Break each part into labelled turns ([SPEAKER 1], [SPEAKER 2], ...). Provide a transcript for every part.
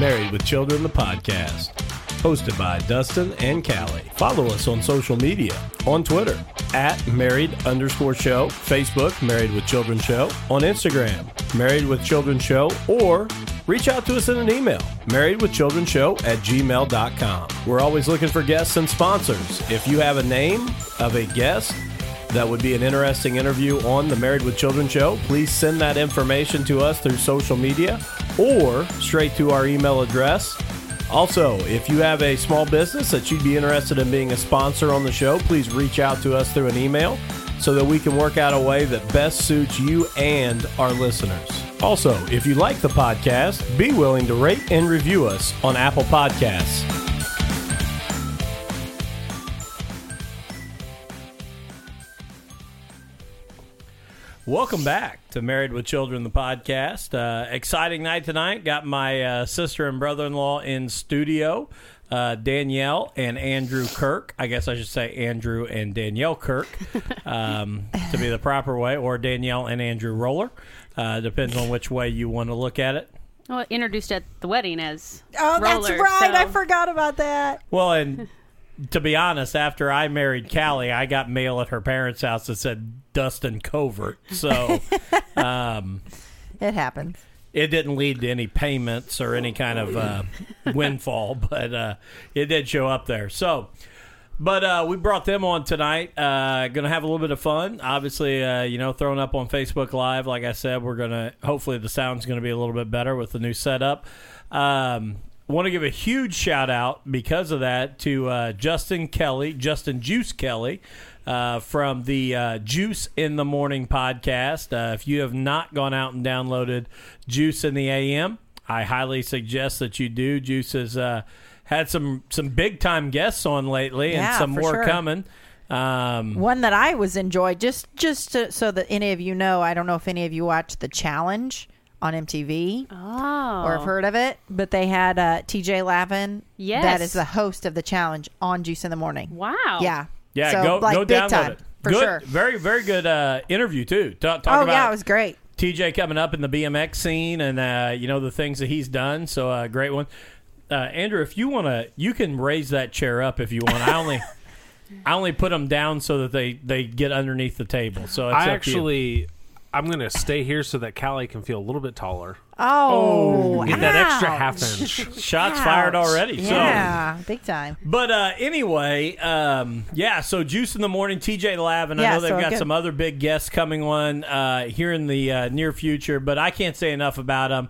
[SPEAKER 1] Married with Children, the podcast, hosted by Dustin and Callie. Follow us on social media on Twitter at married underscore show, Facebook, Married with Children Show, on Instagram, Married with Children Show, or reach out to us in an email, married with children show at gmail.com. We're always looking for guests and sponsors. If you have a name of a guest, that would be an interesting interview on the Married with Children show, please send that information to us through social media or straight to our email address. Also, if you have a small business that you'd be interested in being a sponsor on the show, please reach out to us through an email so that we can work out a way that best suits you and our listeners. Also, if you like the podcast, be willing to rate and review us on Apple Podcasts. Welcome back to Married with Children, the podcast. Uh, exciting night tonight. Got my uh, sister and brother in law in studio, uh, Danielle and Andrew Kirk. I guess I should say Andrew and Danielle Kirk um, to be the proper way, or Danielle and Andrew Roller. Uh, depends on which way you want to look at it.
[SPEAKER 2] Well, introduced at the wedding as
[SPEAKER 3] Oh,
[SPEAKER 2] Roller,
[SPEAKER 3] that's right. I
[SPEAKER 2] so-
[SPEAKER 3] forgot about that.
[SPEAKER 1] Well, and to be honest, after I married Callie, I got mail at her parents' house that said Dustin Covert. So.
[SPEAKER 3] It happens.
[SPEAKER 1] it didn't lead to any payments or any kind of uh, windfall, but uh, it did show up there. So, but uh, we brought them on tonight. Uh, going to have a little bit of fun. Obviously, uh, you know, thrown up on Facebook Live. Like I said, we're going to hopefully the sound's going to be a little bit better with the new setup. Um, Want to give a huge shout out because of that to uh, Justin Kelly, Justin Juice Kelly, uh, from the uh, Juice in the Morning podcast. Uh, if you have not gone out and downloaded Juice in the AM, I highly suggest that you do. Juice has uh, had some some big time guests on lately, and
[SPEAKER 3] Yeah,
[SPEAKER 1] some
[SPEAKER 3] for
[SPEAKER 1] more
[SPEAKER 3] sure.
[SPEAKER 1] coming. Um,
[SPEAKER 3] One that I was enjoyed just just to, so that any of you know. I don't know if any of you watched the challenge on MTV
[SPEAKER 2] Oh,
[SPEAKER 3] or have heard of it, but they had uh, TJ Lavin.
[SPEAKER 2] Yes.
[SPEAKER 3] that is the host of the challenge on Juice in the Morning.
[SPEAKER 2] wow.
[SPEAKER 3] Yeah,
[SPEAKER 1] yeah,
[SPEAKER 3] So,
[SPEAKER 1] go
[SPEAKER 3] like,
[SPEAKER 1] go
[SPEAKER 3] big
[SPEAKER 1] download
[SPEAKER 3] time,
[SPEAKER 1] it.
[SPEAKER 3] for
[SPEAKER 1] good,
[SPEAKER 3] sure.
[SPEAKER 1] very very good uh, interview too. Talk, talk
[SPEAKER 3] oh
[SPEAKER 1] about
[SPEAKER 3] yeah, it was great.
[SPEAKER 1] TJ coming up in the BMX scene and uh, you know the things that he's done. So uh, great one, uh, Andrew. If you want to, you can raise that chair up if you want. I only, I only put them down so that they they get underneath the table. So it's
[SPEAKER 4] I
[SPEAKER 1] up to you.
[SPEAKER 4] actually, I'm gonna stay here so that Callie can feel a little bit taller.
[SPEAKER 3] Oh,
[SPEAKER 4] Get that extra
[SPEAKER 3] ouch.
[SPEAKER 4] half inch.
[SPEAKER 1] shots fired
[SPEAKER 3] Ouch.
[SPEAKER 1] already. So
[SPEAKER 3] Yeah, big time.
[SPEAKER 1] But uh, anyway, um, yeah. So Juice in the morning, TJ Lav, and I
[SPEAKER 3] Yeah,
[SPEAKER 1] know they've
[SPEAKER 3] so
[SPEAKER 1] got
[SPEAKER 3] good.
[SPEAKER 1] some other big guests coming on uh, here in the uh, near future. But I can't say enough about them.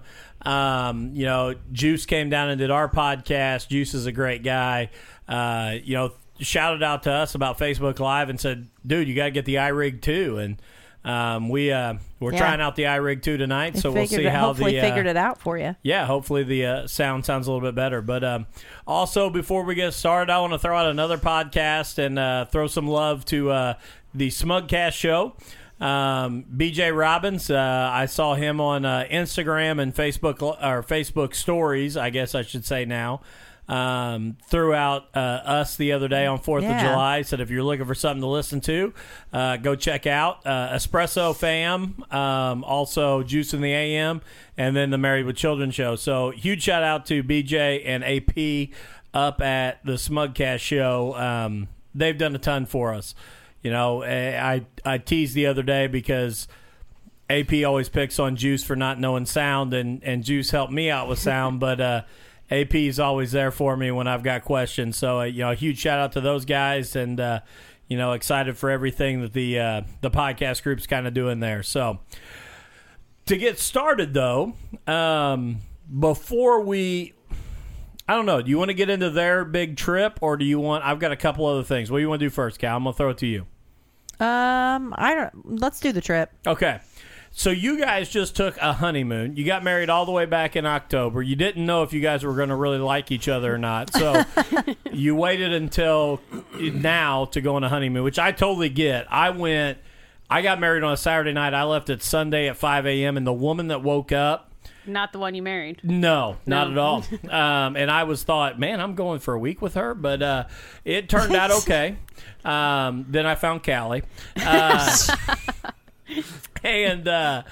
[SPEAKER 1] Um, you know, Juice came down and did our podcast. Juice is a great guy. Uh, you know, shouted out to us about Facebook Live and said, "Dude, you got to get the iRig too." And um, we uh, we're
[SPEAKER 3] Yeah.
[SPEAKER 1] trying out the iRig two tonight,
[SPEAKER 3] They
[SPEAKER 1] so we'll
[SPEAKER 3] figured
[SPEAKER 1] see
[SPEAKER 3] it-
[SPEAKER 1] how
[SPEAKER 3] hopefully
[SPEAKER 1] the uh,
[SPEAKER 3] figured it out for you.
[SPEAKER 1] yeah, hopefully the uh, sound sounds a little bit better. But um, also, before we get started, I want to throw out another podcast and uh, throw some love to uh, the Smugcast show. Um, BJ Robbins, uh, I saw him on uh, Instagram and Facebook or Facebook stories, I guess I should say now. Um, throughout uh, us the other day on Fourth of
[SPEAKER 3] Yeah.
[SPEAKER 1] July, said if you're looking for something to listen to, uh, go check out uh, Espresso Fam, um, also Juice in the AM, and then the Married with Children show. So huge shout out to BJ and AP up at the Smugcast show. Um, they've done a ton for us. You know, eh, I I teased the other day because AP always picks on Juice for not knowing sound, and, and Juice helped me out with sound, but uh, AP is always there for me when I've got questions. So, uh, you know, a huge shout out to those guys, and, uh, you know, excited for everything that the, uh, the podcast group's kind of doing there. So, to get started, though, um, before we. I don't know. Do you want to get into their big trip, or do you want? I've got a couple other things. What do you want to do first, Cal? I'm gonna throw it to you.
[SPEAKER 3] Um, I don't. Let's do the trip.
[SPEAKER 1] Okay. So you guys just took a honeymoon. You got married all the way back in October. You didn't know if you guys were going to really like each other or not. So you waited until now to go on a honeymoon, which I totally get. I went I got married on a Saturday night. I left at Sunday at 5 a.m. and the woman that woke up
[SPEAKER 2] not the one you married.
[SPEAKER 1] No, not at all. Um, and I was thought, man, I'm going for a week with her, but uh, it turned out okay. Um, then I found Callie, uh, and uh,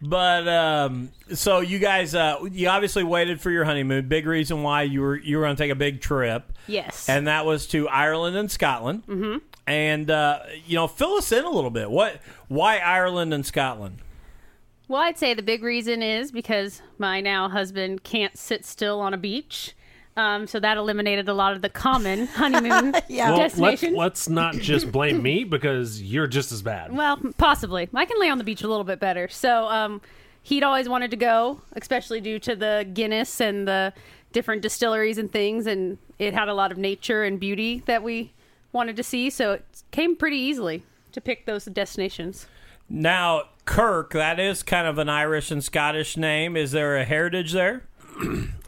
[SPEAKER 1] but um, so you guys, uh, you obviously waited for your honeymoon. Big reason why you were you were going to take a big trip,
[SPEAKER 2] Yes.
[SPEAKER 1] and that was to Ireland and Scotland. Mm-hmm. And uh, you know, fill us in a little bit. What? Why Ireland and Scotland?
[SPEAKER 2] well, I'd say the big reason is because my now husband can't sit still on a beach. Um, so that eliminated a lot of the common honeymoon
[SPEAKER 3] Yeah.
[SPEAKER 4] Well, let's,
[SPEAKER 2] destination.
[SPEAKER 4] let's not just blame me because you're just as bad.
[SPEAKER 2] Well, possibly. I can lay on the beach a little bit better. So, um, he'd always wanted to go, especially due to the Guinness and the different distilleries and things, and it had a lot of nature and beauty that we wanted to see. So it came pretty easily to pick those destinations.
[SPEAKER 1] Now, Kirk, that is kind of an Irish and Scottish name. Is there a heritage there?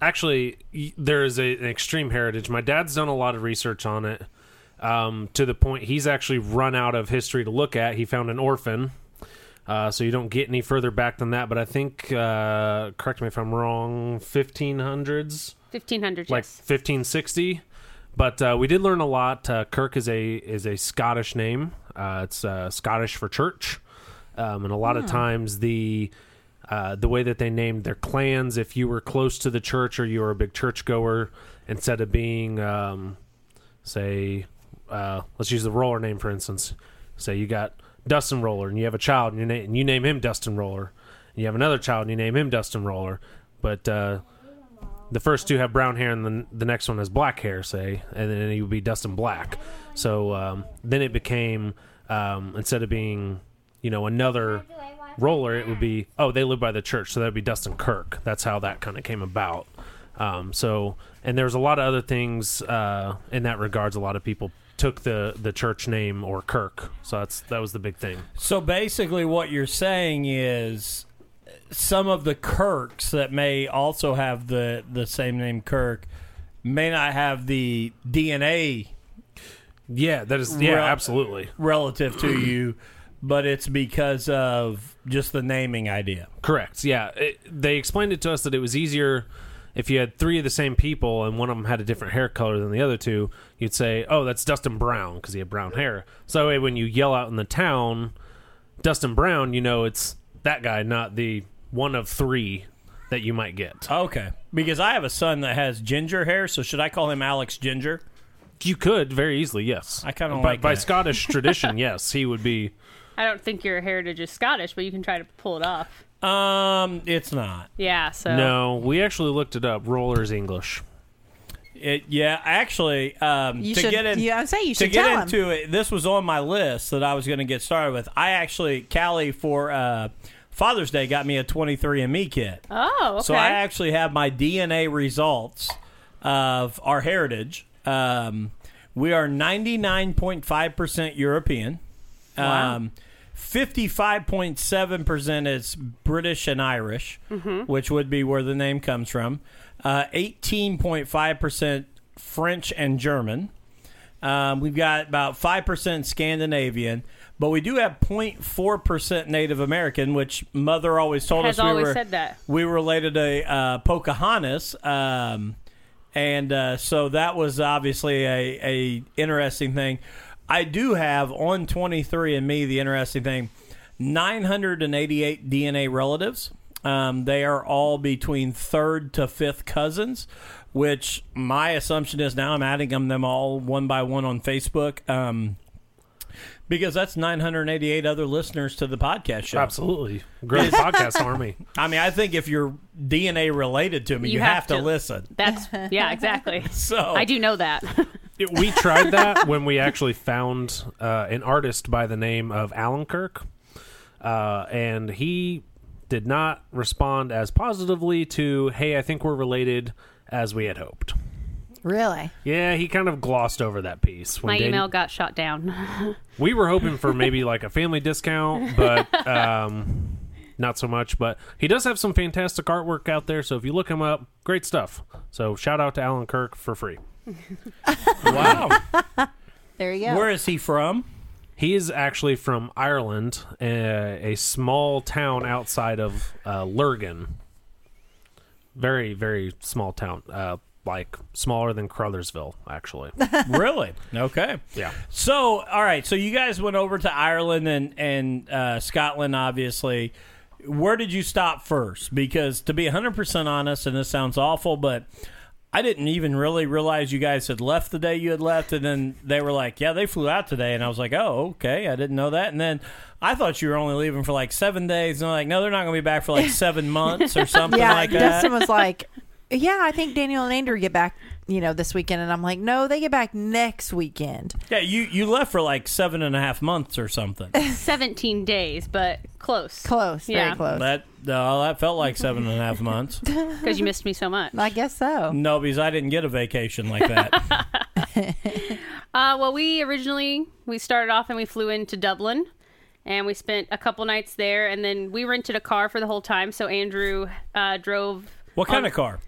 [SPEAKER 4] Actually, y- there is a, an extreme heritage. My dad's done a lot of research on it um, to the point he's actually run out of history to look at. He found an orphan. Uh, so you don't get any further back than that, but I think, uh, correct me if I'm wrong, 1500s,
[SPEAKER 2] 1500
[SPEAKER 4] like
[SPEAKER 2] yes.
[SPEAKER 4] 1560. But uh, we did learn a lot. Uh, Kirk is a is a Scottish name. Uh, it's uh, Scottish for church, um, and a lot of times the uh, the way that they named their clans, if you were close to the church or you were a big churchgoer, instead of being, um, say, uh, let's use the roller name for instance. Say you got Dustin Roller, and you have a child, and you, na- and you name him Dustin Roller, and you have another child, and you name him Dustin Roller, but uh, the first two have brown hair and the, the next one has black hair say and then he would be dustin black so um, then it became um, instead of being you know another roller it would be oh they live by the church so that would be dustin kirk that's how that kind of came about um, so and there's a lot of other things uh, in that regards a lot of people took the the church name or kirk so that's that was the big thing
[SPEAKER 1] So basically, what you're saying is some of the Kirks that may also have the, the same name Kirk may not have the DNA
[SPEAKER 4] yeah that is yeah
[SPEAKER 1] Well-
[SPEAKER 4] absolutely
[SPEAKER 1] relative to you, but it's because of just the naming idea.
[SPEAKER 4] Correct. Yeah, it, they explained it to us that it was easier if you had three of the same people and one of them had a different hair color than the other two. You'd say, "Oh, that's Dustin Brown" because he had brown hair. So that way, when you yell out in the town, "Dustin Brown," you know it's that guy, not the one of three that you might get.
[SPEAKER 1] Okay. Because I have a son that has ginger hair, so should I call him Alex Ginger?
[SPEAKER 4] You could very easily, yes.
[SPEAKER 1] I kinda
[SPEAKER 4] By-
[SPEAKER 1] like
[SPEAKER 4] by
[SPEAKER 1] that.
[SPEAKER 4] Scottish tradition. yes, he would be.
[SPEAKER 2] I don't think your heritage is Scottish, but you can try to pull it off.
[SPEAKER 1] Um, it's not.
[SPEAKER 2] Yeah, so
[SPEAKER 4] No, we actually looked it up. Roller's English.
[SPEAKER 1] It, yeah, actually, um,
[SPEAKER 3] You
[SPEAKER 1] to
[SPEAKER 3] should-
[SPEAKER 1] get in,
[SPEAKER 3] yeah, I'd say you
[SPEAKER 1] to
[SPEAKER 3] should
[SPEAKER 1] get
[SPEAKER 3] tell 'em.
[SPEAKER 1] into it. This was on my list that I was going to get started with. I actually, Callie for uh, Father's Day got me a 23andMe kit,
[SPEAKER 2] Oh, okay.
[SPEAKER 1] so I actually have my DNA results of our heritage. Um, we are 99.5 percent European. Um, 55.7% is British and Irish,
[SPEAKER 2] Mm-hmm.
[SPEAKER 1] which would be where the name comes from. Uh, 18.5% French and German. Um, we've got about 5% Scandinavian, but we do have 0.4% Native American, which Mother always told
[SPEAKER 2] Has
[SPEAKER 1] us we
[SPEAKER 2] always
[SPEAKER 1] were,
[SPEAKER 2] said that.
[SPEAKER 1] we related to uh, Pocahontas. Um, and uh, so that was obviously a, a interesting thing. I do have on 23andMe the interesting thing 988 DNA relatives. Um, they are all between third to fifth cousins, which my assumption is now I'm adding them, them all one by one on Facebook um, because that's 988 other listeners to the podcast show.
[SPEAKER 4] Absolutely, great podcast army.
[SPEAKER 1] I mean, I think if you're DNA related to me, you, have, to, listen.
[SPEAKER 2] That's yeah, exactly.
[SPEAKER 1] So
[SPEAKER 2] I do know that.
[SPEAKER 4] It- we tried that when we actually found uh, an artist by the name of Alan Kirk, uh, and he did not respond as positively to "Hey, I think we're related" as we had hoped.
[SPEAKER 3] Really?
[SPEAKER 4] Yeah, he kind of glossed over that piece. When
[SPEAKER 2] My
[SPEAKER 4] Dan-
[SPEAKER 2] email got shot down.
[SPEAKER 4] we were hoping for maybe like a family discount, but um, not so much. But he does have some fantastic artwork out there, so if you look him up, great stuff. So shout out to Alan Kirk for free.
[SPEAKER 1] Wow.
[SPEAKER 3] There you go.
[SPEAKER 1] Where is he from?
[SPEAKER 4] He is actually from Ireland, a, a small town outside of uh, Lurgan. very very small town, uh, like smaller than Crothersville, actually.
[SPEAKER 1] really? Okay.
[SPEAKER 4] Yeah.
[SPEAKER 1] So, all right. So you guys went over to Ireland and and uh, Scotland, obviously. Where did you stop first? Because to be 100% honest, and this sounds awful, but I didn't even really realize you guys had left the day you had left. And then they were like, yeah, they flew out today. And I was like, oh, okay. I didn't know that. And then I thought you were only leaving for like seven days. And they're like, no, they're not going to be back for like seven months or something
[SPEAKER 3] yeah,
[SPEAKER 1] like that.
[SPEAKER 3] Dustin was like, "Yeah, I think Daniel and Andrew get back, you know, this weekend," and I'm like, "No, they get back next weekend."
[SPEAKER 1] Yeah, you, you left for like seven and a half months or something.
[SPEAKER 2] 17 days, but close.
[SPEAKER 3] Close,
[SPEAKER 2] yeah,
[SPEAKER 3] very close.
[SPEAKER 1] That uh, that felt like seven and a half months.
[SPEAKER 2] Because you missed me so much.
[SPEAKER 3] I guess so.
[SPEAKER 1] No, because I didn't get a vacation like that.
[SPEAKER 2] Uh, well, we originally we started off and we flew into Dublin, and we spent a couple nights there, and then we rented a car for the whole time. So Andrew uh, drove.
[SPEAKER 1] what kind of car?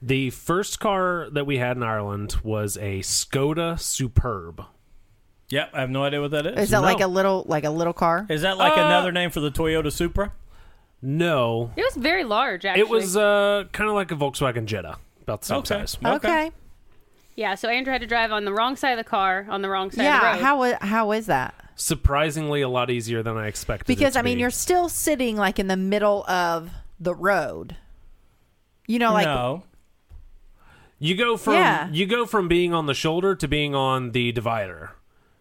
[SPEAKER 4] The first car that we had in Ireland was a Skoda Superb.
[SPEAKER 1] Yep, I have no idea what that is.
[SPEAKER 3] Is that like a little, like a little car?
[SPEAKER 1] Is that like another name for the Toyota Supra?
[SPEAKER 4] No,
[SPEAKER 2] It was very large, actually.
[SPEAKER 4] it was uh, kind of like a Volkswagen Jetta, about the same size.
[SPEAKER 3] okay.
[SPEAKER 2] Yeah, so Andrew had to drive on the wrong side of the car on the wrong side
[SPEAKER 3] Yeah.
[SPEAKER 2] of the road.
[SPEAKER 3] How i- how is that?
[SPEAKER 4] Surprisingly, a lot easier than I expected. it
[SPEAKER 3] Because
[SPEAKER 4] to
[SPEAKER 3] I mean,
[SPEAKER 4] be.
[SPEAKER 3] you're still sitting like in the middle of the road. You know, like
[SPEAKER 1] no.
[SPEAKER 4] You go from
[SPEAKER 3] Yeah.
[SPEAKER 4] you go from being on the shoulder to being on the divider,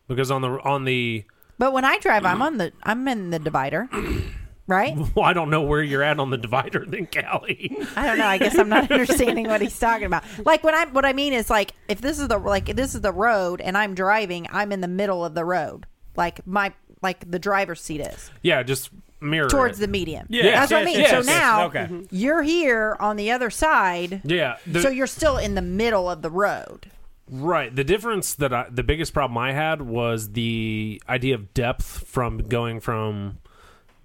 [SPEAKER 4] because on the on the
[SPEAKER 3] But when I drive, I'm on the I'm in the divider, right?
[SPEAKER 4] well, I don't know where you're at on the divider then Callie.
[SPEAKER 3] I don't know. I guess I'm not understanding what he's talking about. Like when I what I mean is like if this is the like if this is the road and I'm driving, I'm in the middle of the road, like my like the driver's seat is
[SPEAKER 4] yeah, just mirror
[SPEAKER 3] towards
[SPEAKER 4] it.
[SPEAKER 3] the median.
[SPEAKER 1] Yes,
[SPEAKER 3] that's what I
[SPEAKER 1] yes,
[SPEAKER 3] mean.
[SPEAKER 1] yes,
[SPEAKER 3] so
[SPEAKER 1] yes.
[SPEAKER 3] now
[SPEAKER 1] Okay. Mm-hmm.
[SPEAKER 3] you're here on the other side.
[SPEAKER 4] yeah. The,
[SPEAKER 3] so you're still in the middle of the road.
[SPEAKER 4] right. The difference that I, the biggest problem I had was the idea of depth from going from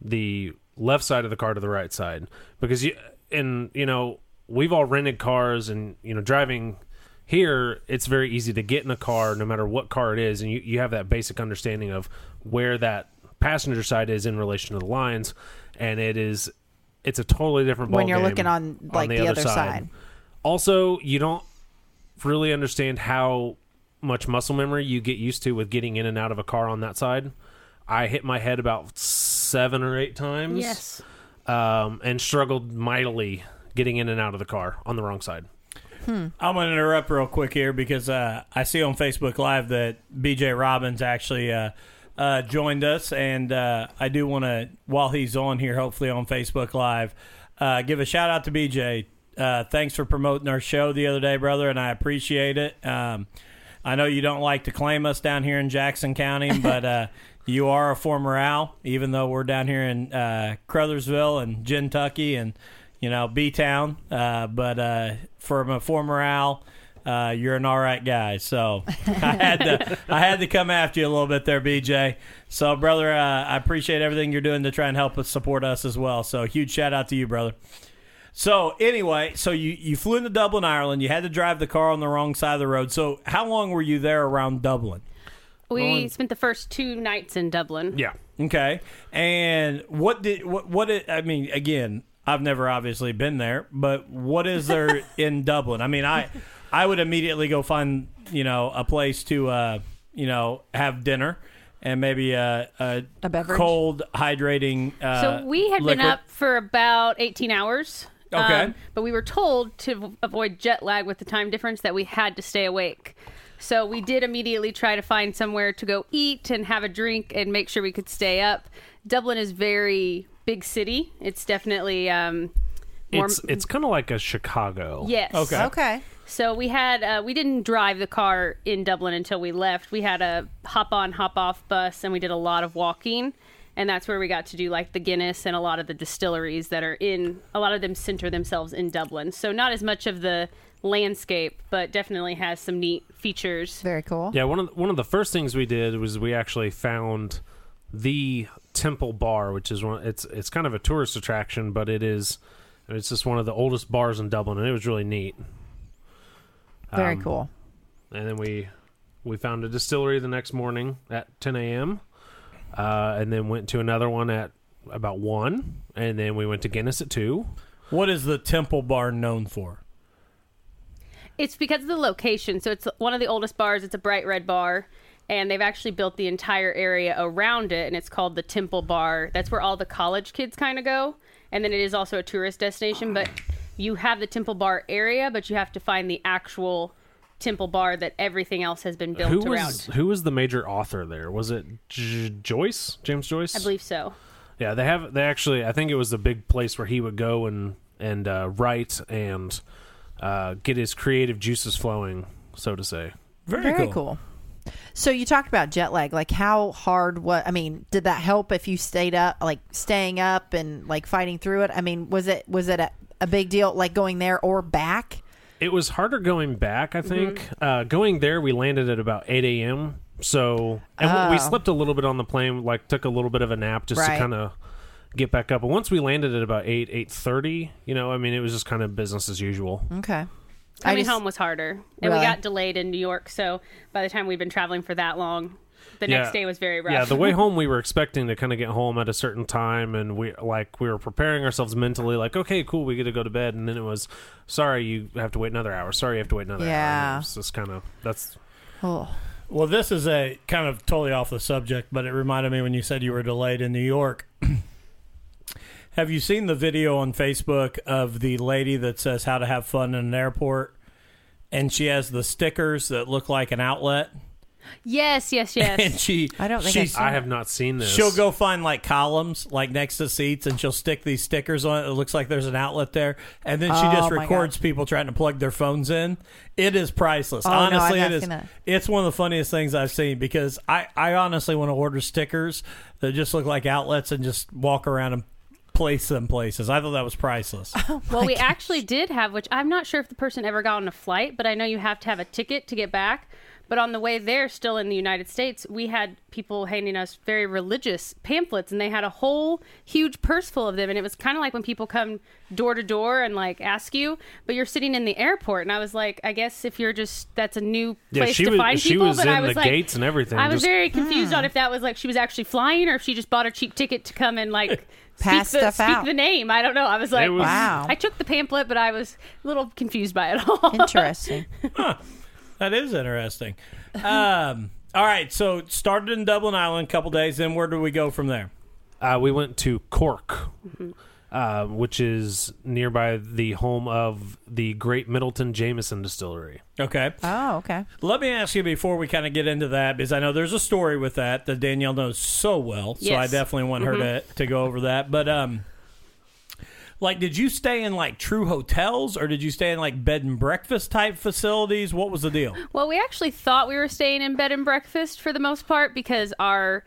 [SPEAKER 4] the left side of the car to the right side because you and you know we've all rented cars and you know driving here it's very easy to get in a car no matter what car it is and you, you have that basic understanding of where that passenger side is in relation to the lines and it is it's a totally different
[SPEAKER 3] When
[SPEAKER 4] ballgame
[SPEAKER 3] you're looking on, like, the other side.
[SPEAKER 4] also you don't really understand how much muscle memory you get used to with getting in and out of a car on that side. I hit my head about seven or eight times.
[SPEAKER 2] yes.
[SPEAKER 4] Um, and struggled mightily getting in and out of the car on the wrong side.
[SPEAKER 1] I'm going to interrupt real quick here because uh, I see on Facebook Live that BJ Robbins actually uh, uh, joined us. And uh, I do want to, while he's on here, hopefully on Facebook Live, uh, give a shout out to BJ. Uh, thanks for promoting our show the other day, brother, and I appreciate it. Um, I know you don't like to claim us down here in Jackson County, but uh, you are a former Owl, even though we're down here in uh, Crothersville and Kentucky and you know B Town. Uh, but uh, from a former Owl, uh, you're an all right guy. So I had to I had to come after you a little bit there, BJ. So brother, uh, I appreciate everything you're doing to try and help us support us as well. So huge shout out to you, brother. So anyway, so you you flew into Dublin, Ireland. You had to drive the car on the wrong side of the road. So how long were you there around Dublin?
[SPEAKER 2] We spent the first two nights in Dublin.
[SPEAKER 4] Yeah.
[SPEAKER 1] Okay, and what did what what did, I mean? Again, I've never obviously been there, but what is there in Dublin? I mean, I I would immediately go find you know a place to uh you know have dinner and maybe a a,
[SPEAKER 3] A beverage?
[SPEAKER 1] cold hydrating. Uh,
[SPEAKER 2] So we had been
[SPEAKER 1] liquid.
[SPEAKER 2] up for about 18 hours. um,
[SPEAKER 1] Okay.
[SPEAKER 2] but we were told to avoid jet lag with the time difference that we had to stay awake. So we did immediately try to find somewhere to go eat and have a drink and make sure we could stay up. Dublin is very big city. It's definitely um more
[SPEAKER 4] It's it's kind of like a Chicago.
[SPEAKER 2] yes.
[SPEAKER 1] Okay.
[SPEAKER 3] Okay.
[SPEAKER 2] So we had uh, we didn't drive the car in Dublin until we left. We had a hop on hop off bus, and we did a lot of walking, and that's where we got to do like the Guinness and a lot of the distilleries that are in. A lot of them center themselves in Dublin, so not as much of the landscape, but definitely has some neat features.
[SPEAKER 3] Very cool.
[SPEAKER 4] Yeah, one of the, one of the first things we did was we actually found the Temple Bar, which is one. It's it's kind of a tourist attraction, but it is it's just one of the oldest bars in Dublin, and it was really neat.
[SPEAKER 3] Very
[SPEAKER 4] Um,
[SPEAKER 3] cool.
[SPEAKER 4] and then we we found a distillery the next morning at 10 a.m. Uh, and then went to another one at about one, and then we went to Guinness at two.
[SPEAKER 1] What is the Temple Bar known for?
[SPEAKER 2] It's because of the location. So it's one of the oldest bars. It's a bright red bar, and they've actually built the entire area around it, and it's called the Temple Bar. That's where all the college kids kind of go, and then it is also a tourist destination. But you have the Temple Bar area, but you have to find the actual Temple Bar that everything else has been built
[SPEAKER 4] Who
[SPEAKER 2] around.
[SPEAKER 4] was who was the major author there? Was it J- Joyce, James Joyce?
[SPEAKER 2] I believe so.
[SPEAKER 4] Yeah, they have. They actually, I think it was a big place where he would go and and uh, write and uh, get his creative juices flowing, so to say.
[SPEAKER 1] Very,
[SPEAKER 3] Very cool. So you talked about jet lag. Like how hard what I mean, did that help if you stayed up like staying up and like fighting through it? I mean, was it was it a, a big deal like going there or back?
[SPEAKER 4] It was harder going back. I think
[SPEAKER 2] Mm-hmm.
[SPEAKER 4] uh, going there, we landed at about eight a.m. So and we- we
[SPEAKER 3] Oh.
[SPEAKER 4] slept a little bit on the plane, like took a little bit of a nap just to
[SPEAKER 3] Right.
[SPEAKER 4] kind of get back up. And once we landed at about eight eight thirty, you know, I mean, it was just kind of business as usual.
[SPEAKER 3] Okay.
[SPEAKER 2] Coming
[SPEAKER 3] just-
[SPEAKER 2] home was harder, and
[SPEAKER 3] Really?
[SPEAKER 2] we got delayed in New York. So by the time we've been traveling for that long, the next day was very rough.
[SPEAKER 4] Yeah, the way home we were expecting to kind of get home at a certain time, and we like we were preparing ourselves mentally, like okay, cool, we get to go to bed, and then it was sorry you have to wait another hour. Sorry you have to wait another hour.
[SPEAKER 3] Yeah.
[SPEAKER 4] And It's just kind of that's
[SPEAKER 3] Oh.
[SPEAKER 1] Well, this is a kind of totally off the subject, but it reminded me when you said you were delayed in New York. Have you seen the video on Facebook of the lady that says how to have fun in an airport? And she has the stickers that look like an outlet.
[SPEAKER 2] yes, yes,
[SPEAKER 1] And
[SPEAKER 2] yes.
[SPEAKER 1] she
[SPEAKER 3] I don't think
[SPEAKER 1] she
[SPEAKER 3] I've seen
[SPEAKER 4] I have not seen this.
[SPEAKER 1] She'll go find like columns, like next to seats, and she'll stick these stickers on it. It looks like there's an outlet there, and then she
[SPEAKER 3] Oh,
[SPEAKER 1] just
[SPEAKER 3] my
[SPEAKER 1] records people trying to plug their phones in. It is priceless.
[SPEAKER 3] Oh, no, I've
[SPEAKER 1] honestly,
[SPEAKER 3] not
[SPEAKER 1] it is.
[SPEAKER 3] seen that.
[SPEAKER 1] It's one of the funniest things I've seen because I, I honestly want to order stickers that just look like outlets and just walk around and place them places. I thought that was priceless.
[SPEAKER 2] well, we actually did have, which I'm not sure if the person ever got on a flight, but I know you have to have a ticket to get back. But on the way there, still in the United States, we had people handing us very religious pamphlets, and they had a whole huge purse full of them. And it was kind of like when people come door to door and like ask you, but you're sitting in the airport. And I was like, I guess if you're just, that's a new
[SPEAKER 4] Yeah,
[SPEAKER 2] place
[SPEAKER 4] she
[SPEAKER 2] to
[SPEAKER 4] was-
[SPEAKER 2] find
[SPEAKER 4] she
[SPEAKER 2] people.
[SPEAKER 4] was
[SPEAKER 2] but I
[SPEAKER 4] in
[SPEAKER 2] was
[SPEAKER 4] the
[SPEAKER 2] like,
[SPEAKER 4] gates and everything,
[SPEAKER 2] I was
[SPEAKER 4] just- Hmm.
[SPEAKER 2] very confused on if that was like she was actually flying or if she just bought a cheap ticket to come and like
[SPEAKER 3] Pass
[SPEAKER 2] speak, the,
[SPEAKER 3] stuff
[SPEAKER 2] speak
[SPEAKER 3] out.
[SPEAKER 2] the name. I don't know. I was like,
[SPEAKER 4] It was-
[SPEAKER 3] Wow.
[SPEAKER 2] I took the pamphlet, but I was a little confused by it all.
[SPEAKER 3] Interesting.
[SPEAKER 1] That is interesting. Um, all right, so started in Dublin Island a couple days. Then where do we go from there?
[SPEAKER 4] Uh, we went to Cork, uh, which is nearby the home of the Great Middleton Jameson Distillery.
[SPEAKER 1] Okay.
[SPEAKER 3] oh, okay.
[SPEAKER 1] Let me ask you before we kind of get into that, because I know there's a story with that that Danielle knows so well. So I
[SPEAKER 2] Yes. Mm-hmm.
[SPEAKER 1] definitely want her to, to go over that. But um, like, did you stay in like true hotels, or did you stay in like bed and breakfast type facilities? What was the deal?
[SPEAKER 2] Well, we actually thought we were staying in bed and breakfast for the most part because our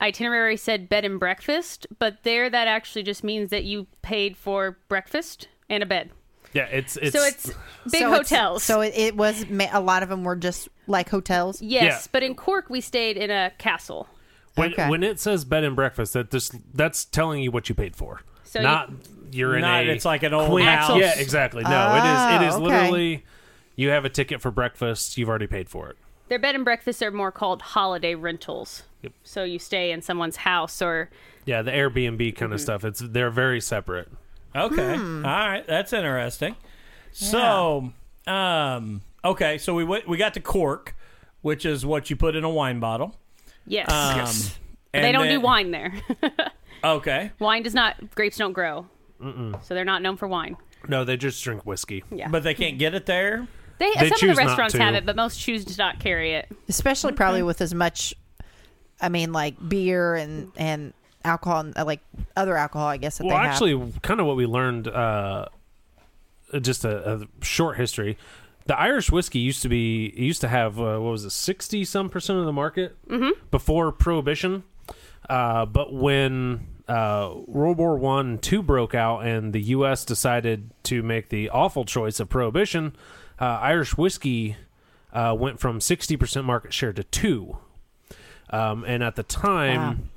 [SPEAKER 2] itinerary said bed and breakfast, but there that actually just means that you paid for breakfast and a bed.
[SPEAKER 4] Yeah, it's it's
[SPEAKER 2] so it's big
[SPEAKER 3] So it's-
[SPEAKER 2] hotels.
[SPEAKER 3] So it, it was ma- a lot of them were just like hotels.
[SPEAKER 2] yes,
[SPEAKER 4] Yeah.
[SPEAKER 2] but in Cork we stayed in a castle.
[SPEAKER 4] when,
[SPEAKER 3] okay.
[SPEAKER 4] when it says bed and breakfast that this that's telling you what you paid for.
[SPEAKER 2] So
[SPEAKER 4] not you, are in
[SPEAKER 1] Not
[SPEAKER 4] a
[SPEAKER 1] it's like an old
[SPEAKER 4] queen-
[SPEAKER 1] house.
[SPEAKER 4] Yeah, exactly. No, it is it is
[SPEAKER 3] Oh, okay.
[SPEAKER 4] literally you have a ticket for breakfast, you've already paid for it.
[SPEAKER 2] Their bed and breakfasts are more called holiday rentals. So you stay in someone's house or
[SPEAKER 4] Yeah, the Airbnb kind of stuff. It's they're very separate.
[SPEAKER 1] Okay.
[SPEAKER 2] Hmm.
[SPEAKER 1] All right. That's interesting. So, um, okay. So we went, we got to cork, which is what you put in a wine bottle.
[SPEAKER 2] yes.
[SPEAKER 1] Um,
[SPEAKER 2] But they
[SPEAKER 1] and
[SPEAKER 2] don't do
[SPEAKER 1] then-
[SPEAKER 2] wine there.
[SPEAKER 1] Okay.
[SPEAKER 2] wine does not grapes don't grow. So they're not known for wine.
[SPEAKER 4] No, they just drink whiskey.
[SPEAKER 2] Yeah.
[SPEAKER 1] But they can't get it there.
[SPEAKER 2] They,
[SPEAKER 4] They
[SPEAKER 2] some
[SPEAKER 4] choose
[SPEAKER 2] of the
[SPEAKER 4] not
[SPEAKER 2] restaurants
[SPEAKER 4] to.
[SPEAKER 2] have it, but most choose to not carry it.
[SPEAKER 3] Especially probably with as much I mean like beer and and alcohol and uh, like other alcohol I guess that
[SPEAKER 4] Well,
[SPEAKER 3] they have.
[SPEAKER 4] actually, kind of what we learned, uh, just a, a short history. The Irish whiskey used to be it used to have uh, what was it, sixty some percent of the market
[SPEAKER 3] Mm-hmm.
[SPEAKER 4] before Prohibition. Uh, but when uh, World War One and Two broke out, and the U.S. decided to make the awful choice of Prohibition, uh, Irish whiskey uh, went from sixty percent market share to two. Um, and at the time,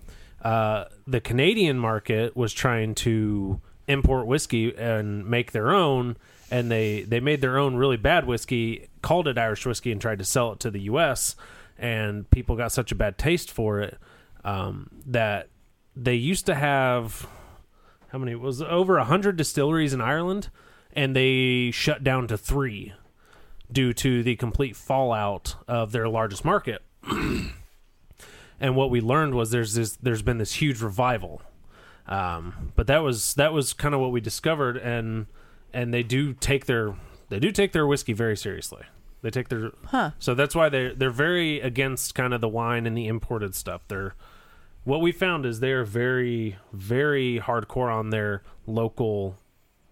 [SPEAKER 4] uh, the Canadian market was trying to import whiskey and make their own, and they they made their own really bad whiskey, called it Irish whiskey, and tried to sell it to the U.S. And people got such a bad taste for it um, that they used to have how many it was over a hundred distilleries in Ireland, and they shut down to three due to the complete fallout of their largest market. and what we learned was there's this, there's been this huge revival, um, but that was that was kind of what we discovered, and and they do take their they do take their whiskey very seriously. They take their
[SPEAKER 3] Huh.
[SPEAKER 4] so that's why they're they're very against kind of the wine and the imported stuff. They're what we found is they're very very hardcore on their local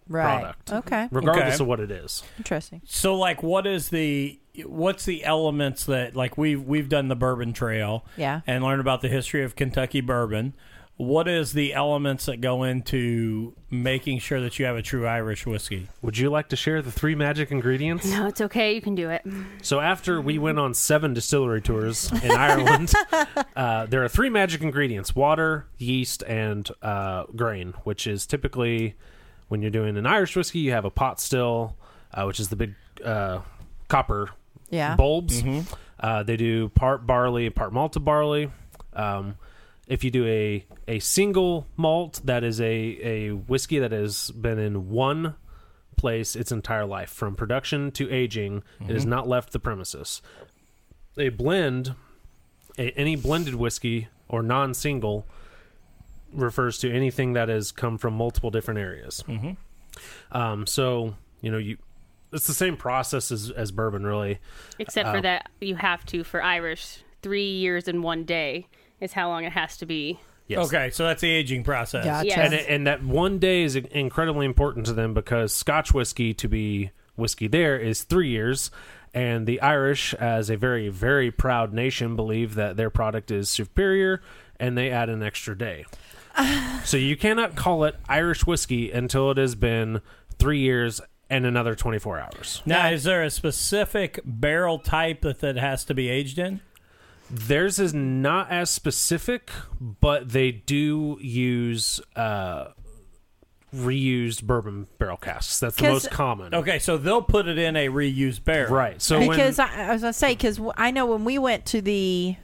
[SPEAKER 3] Right.
[SPEAKER 4] product.
[SPEAKER 3] Okay.
[SPEAKER 4] regardless
[SPEAKER 1] Okay.
[SPEAKER 4] of what it is
[SPEAKER 3] Interesting.
[SPEAKER 1] So like what is the what's the elements that like we've we've done the bourbon trail
[SPEAKER 3] Yeah.
[SPEAKER 1] and learned about the history of Kentucky bourbon. What is the elements that go into making sure that you have a true Irish whiskey?
[SPEAKER 4] would you like to share the three magic ingredients
[SPEAKER 2] No, it's okay. You can do it.
[SPEAKER 4] so after we went on seven distillery tours in ireland uh, there are three magic ingredients water yeast and uh, grain which is typically when you're doing an irish whiskey you have a pot still uh, which is the big uh, copper
[SPEAKER 3] Yeah.
[SPEAKER 4] bulbs. Uh, they do part barley, part malted barley. Um, if you do a, a single malt, that is a, a whiskey that has been in one place its entire life, from production to aging, it has not left the premises. A blend, a, any blended whiskey or non single, refers to anything that has come from multiple different areas. Um, so, you know, you. It's the same process as, as bourbon, really.
[SPEAKER 2] Except
[SPEAKER 4] Oh.
[SPEAKER 2] for that, you have to for Irish three years and one day is how long it has to be.
[SPEAKER 4] Yes.
[SPEAKER 1] Okay, so that's the aging process.
[SPEAKER 3] Gotcha.
[SPEAKER 2] Yes.
[SPEAKER 4] And, it- and that one day is incredibly important to them because Scotch whiskey to be whiskey there is three years. And the Irish, as a very, very proud nation, believe that their product is superior and they add an extra day. so you cannot call it Irish whiskey until it has been three years and another 24 hours.
[SPEAKER 1] Now, is there a specific barrel type that that has to be aged in?
[SPEAKER 4] Theirs is not as specific, but they do use uh, reused bourbon barrel casks. That's the
[SPEAKER 3] 'Cause-
[SPEAKER 4] most common.
[SPEAKER 1] Okay, so they'll put it in a reused barrel.
[SPEAKER 4] Right. So
[SPEAKER 3] because
[SPEAKER 4] when,
[SPEAKER 3] I, I was gonna say because I know when we went to the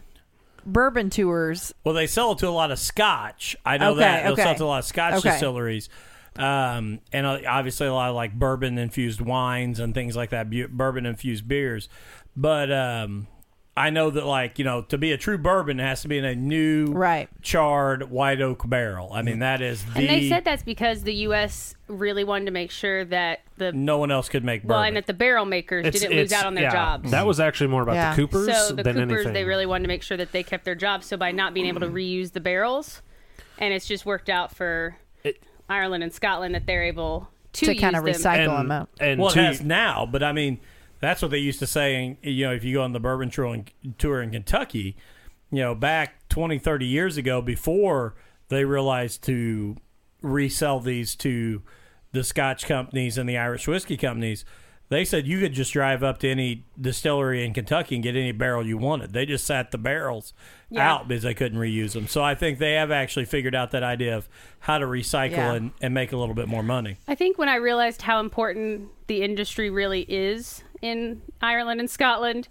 [SPEAKER 3] bourbon tours,
[SPEAKER 1] Well, they sell it to a lot of Scotch. I know
[SPEAKER 3] Okay,
[SPEAKER 1] that they'll sell it
[SPEAKER 3] okay.
[SPEAKER 1] to a lot of Scotch
[SPEAKER 3] Okay.
[SPEAKER 1] distilleries, um, and uh, obviously a lot of like bourbon infused wines and things like that, bu- bourbon infused beers. But um, I know that like you know to be a true bourbon, it has to be in a new
[SPEAKER 3] Right.
[SPEAKER 1] charred white oak barrel. I mean that is the
[SPEAKER 2] And they said that's because the U.S. really wanted to make sure that the
[SPEAKER 1] no one else could make bourbon.
[SPEAKER 2] well, and that the barrel makers
[SPEAKER 4] it's,
[SPEAKER 2] didn't lose
[SPEAKER 4] it's-
[SPEAKER 2] out on their
[SPEAKER 4] yeah,
[SPEAKER 2] jobs.
[SPEAKER 4] That was actually more about
[SPEAKER 3] Yeah.
[SPEAKER 4] the Coopers
[SPEAKER 2] so the
[SPEAKER 4] than
[SPEAKER 2] Coopers,
[SPEAKER 4] anything.
[SPEAKER 2] they really wanted to make sure that they kept their jobs. So by not being able to reuse the barrels, and it's just worked out for
[SPEAKER 4] It-
[SPEAKER 2] Ireland and Scotland that they're able to,
[SPEAKER 3] To kinda
[SPEAKER 2] use them.
[SPEAKER 3] recycle. Cycle
[SPEAKER 4] and,
[SPEAKER 3] 'em out.
[SPEAKER 4] and
[SPEAKER 1] well, it
[SPEAKER 4] two-
[SPEAKER 1] has now, but I mean, that's what they used to say. In, you know, if you go on the bourbon tour in, tour in Kentucky, you know, back 20, 30 years ago, before they realized to resell these to the Scotch companies and the Irish whiskey companies, they said you could just drive up to any distillery in Kentucky and get any barrel you wanted. They just sat the barrels
[SPEAKER 2] Yeah.
[SPEAKER 1] out because they couldn't reuse them. So I think they have actually figured out that idea of how to recycle
[SPEAKER 3] Yeah.
[SPEAKER 1] and, and make a little bit more money.
[SPEAKER 2] I think when I realized how important the industry really is in Ireland and Scotland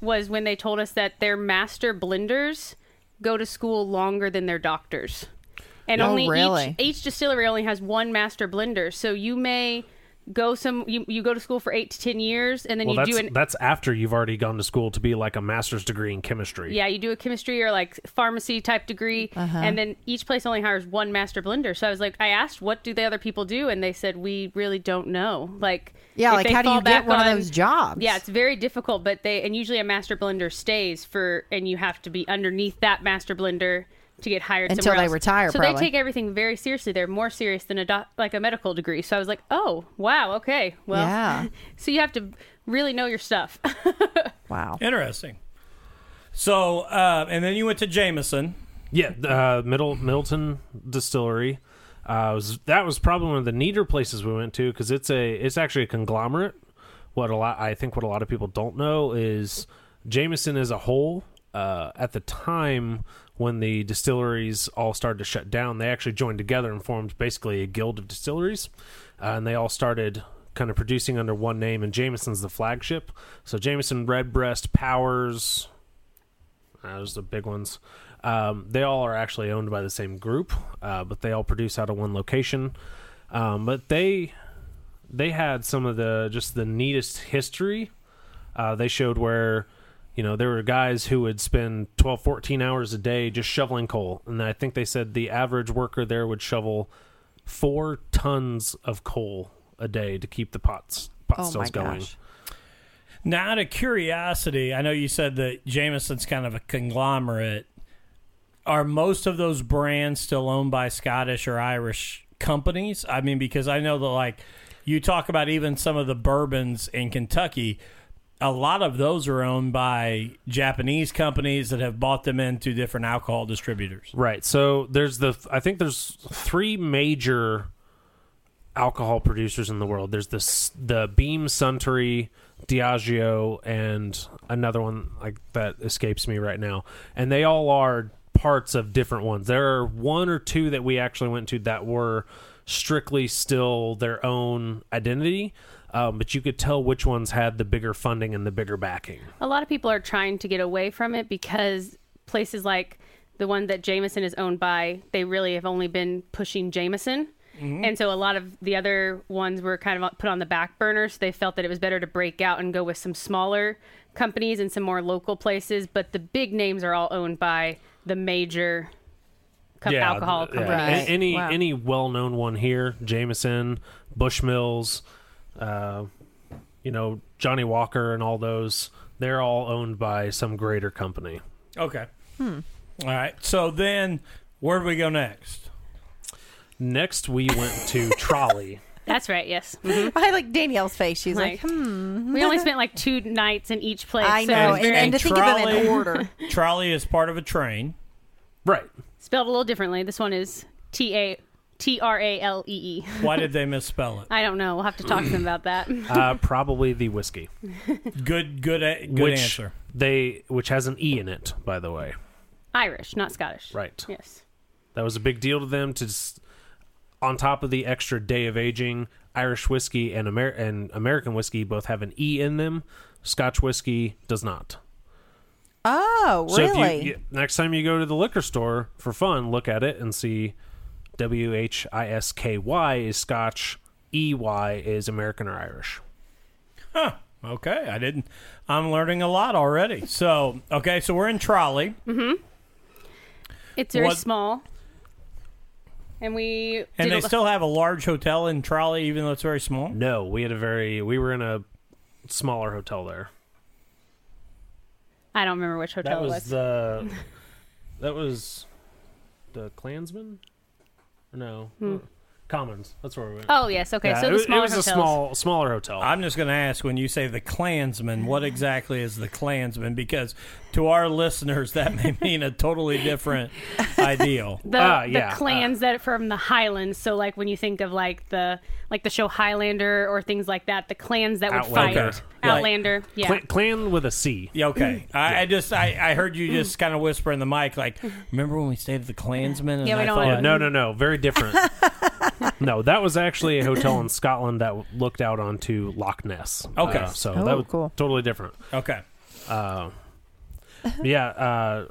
[SPEAKER 2] was when they told us that their master blenders go to school longer than their doctors. And
[SPEAKER 3] Oh,
[SPEAKER 2] only
[SPEAKER 3] really?
[SPEAKER 2] each, each distillery only has one master blender. So you may go some you, you go to school for 8 to 10 years and then
[SPEAKER 4] well,
[SPEAKER 2] you
[SPEAKER 4] that's
[SPEAKER 2] do an
[SPEAKER 4] that's after you've already gone to school to be like a master's degree in chemistry.
[SPEAKER 2] yeah, you do a chemistry or like pharmacy type degree,
[SPEAKER 3] Uh-huh.
[SPEAKER 2] and then each place only hires one master blender. So I was like, I asked, what do the other people do? And they said, we really don't know. Like,
[SPEAKER 3] yeah,
[SPEAKER 2] if
[SPEAKER 3] like
[SPEAKER 2] they
[SPEAKER 3] how do
[SPEAKER 2] fall
[SPEAKER 3] you get
[SPEAKER 2] back
[SPEAKER 3] one
[SPEAKER 2] on-
[SPEAKER 3] of those jobs?
[SPEAKER 2] Yeah, it's very difficult, but they and usually a master blender stays for, and you have to be underneath that master blender to get hired
[SPEAKER 3] Until
[SPEAKER 2] somewhere
[SPEAKER 3] they
[SPEAKER 2] else.
[SPEAKER 3] retire,
[SPEAKER 2] So
[SPEAKER 3] probably.
[SPEAKER 2] they take everything very seriously. They're more serious than a doc, like a medical degree. So I was like, oh wow, okay, well,
[SPEAKER 3] Yeah.
[SPEAKER 2] so you have to really know your stuff.
[SPEAKER 3] wow.
[SPEAKER 1] Interesting. So, uh, and then you went to Jameson.
[SPEAKER 4] Yeah, uh, Middle Middleton Distillery. Uh, was, that was probably one of the neater places we went to because it's a it's actually a conglomerate. What a lot I think what a lot of people don't know is Jameson as a whole. Uh, at the time when the distilleries all started to shut down, they actually joined together and formed basically a guild of distilleries, uh, and they all started kind of producing under one name. And Jameson's the flagship. So Jameson, Redbreast, Powers, uh, those are the big ones. Um, they all are actually owned by the same group, uh, but they all produce out of one location. Um, but they they had some of the just the neatest history. Uh, they showed where you know there were guys who would spend 12 14 hours a day just shoveling coal and i think they said the average worker there would shovel four tons of coal a day to keep the pots pot
[SPEAKER 3] Oh my
[SPEAKER 4] stills going
[SPEAKER 3] gosh.
[SPEAKER 1] Now, out of curiosity, I know you said that Jameson's kind of a conglomerate. Are most of those brands still owned by Scottish or Irish companies? I mean, because I know that, like, you talk about even some of the bourbons in Kentucky, a lot of those are owned by Japanese companies that have bought them into different alcohol distributors.
[SPEAKER 4] Right. So there's the I think there's three major alcohol producers in the world. There's this the Beam Suntory, Diageo, and another one like that escapes me right now. And they all are parts of different ones. There are one or two that we actually went to that were strictly still their own identity. Um, but you could tell which ones had the bigger funding and the bigger backing.
[SPEAKER 2] A lot of people are trying to get away from it because places like the one that Jameson is owned by, they really have only been pushing Jameson.
[SPEAKER 4] Mm-hmm.
[SPEAKER 2] And so a lot of the other ones were kind of put on the back burner. So they felt that it was better to break out and go with some smaller companies and some more local places. But the big names are all owned by the major co- alcohol
[SPEAKER 4] th- yeah.
[SPEAKER 2] companies.
[SPEAKER 3] Right.
[SPEAKER 4] A- Any
[SPEAKER 3] Wow.
[SPEAKER 4] any well known one here, Jameson, Bushmills, uh, you know Johnny Walker, and all those. They're all owned by some greater company.
[SPEAKER 1] Okay. All right. So then, where do we go next?
[SPEAKER 4] Next, we went to Trolley.
[SPEAKER 2] That's right. Yes.
[SPEAKER 3] I like Danielle's face. She's
[SPEAKER 2] Like,
[SPEAKER 3] like, hmm.
[SPEAKER 2] we only spent like two nights in each place.
[SPEAKER 3] I
[SPEAKER 2] so
[SPEAKER 3] know.
[SPEAKER 2] it's
[SPEAKER 3] And,
[SPEAKER 2] very-
[SPEAKER 3] and to think of it
[SPEAKER 1] trolley.
[SPEAKER 3] in order.
[SPEAKER 1] Trolley is part of a train.
[SPEAKER 4] right.
[SPEAKER 2] spelled a little differently. This one is T A T R A L E E.
[SPEAKER 1] Why did they misspell it?
[SPEAKER 2] I don't know. We'll have to talk to them about that.
[SPEAKER 4] Uh, probably the whiskey,
[SPEAKER 1] Good, good, a- good
[SPEAKER 4] which
[SPEAKER 1] answer.
[SPEAKER 4] they which has an e in it, by the way.
[SPEAKER 2] Irish, not Scottish.
[SPEAKER 4] Right.
[SPEAKER 2] Yes.
[SPEAKER 4] That was a big deal to them to s on top of the extra day of aging, Irish whiskey and Amer- and American whiskey both have an E in them. Scotch whiskey does not.
[SPEAKER 3] Oh, really?
[SPEAKER 4] So if you, you, next time you go to the liquor store for fun, look at it and see W H I S K Y is Scotch, E Y is American or Irish.
[SPEAKER 1] Huh. Okay, I didn't. I'm learning a lot already. So, okay, so we're in trolley.
[SPEAKER 2] It's very
[SPEAKER 1] What-
[SPEAKER 2] small. And we
[SPEAKER 1] And
[SPEAKER 2] did
[SPEAKER 1] they
[SPEAKER 2] a-
[SPEAKER 1] still have a large hotel in trolley, even though it's very small.
[SPEAKER 4] No, we had a very we were in a smaller hotel there.
[SPEAKER 2] I don't remember which hotel it
[SPEAKER 4] That was,
[SPEAKER 2] was.
[SPEAKER 4] the that was the Klansman? No. Commons. That's where we went.
[SPEAKER 2] Oh yes, okay.
[SPEAKER 4] Yeah,
[SPEAKER 2] so
[SPEAKER 4] it,
[SPEAKER 2] the
[SPEAKER 4] was- it
[SPEAKER 2] smaller
[SPEAKER 4] was
[SPEAKER 2] hotels.
[SPEAKER 4] a small smaller hotel.
[SPEAKER 1] I'm just going to ask when you say the Klansman, what exactly is the Klansman? Because to our listeners, that may mean a totally different ideal.
[SPEAKER 2] the,
[SPEAKER 4] Ah,
[SPEAKER 2] the
[SPEAKER 4] yeah,
[SPEAKER 2] clans that from the Highlands. So like when you think of like the like the show Highlander or things like that, the clans that would
[SPEAKER 4] Outlander.
[SPEAKER 2] fight
[SPEAKER 1] Yeah.
[SPEAKER 2] Outlander. Yeah.
[SPEAKER 4] Clan, Clan with a C.
[SPEAKER 1] Yeah, okay. I, I just I, I heard you just kind of whisper in the mic, like, remember when we stayed at the Klansman? And
[SPEAKER 2] Yeah, we
[SPEAKER 1] I
[SPEAKER 2] don't
[SPEAKER 1] thought-
[SPEAKER 2] wanna-
[SPEAKER 4] Yeah, no, no, no. Very different. no, that was actually a hotel in Scotland that w- looked out onto Loch Ness.
[SPEAKER 1] Okay.
[SPEAKER 4] Uh, so
[SPEAKER 3] Oh,
[SPEAKER 4] that was
[SPEAKER 3] cool.
[SPEAKER 4] totally different.
[SPEAKER 1] Okay.
[SPEAKER 4] Uh, yeah. Uh,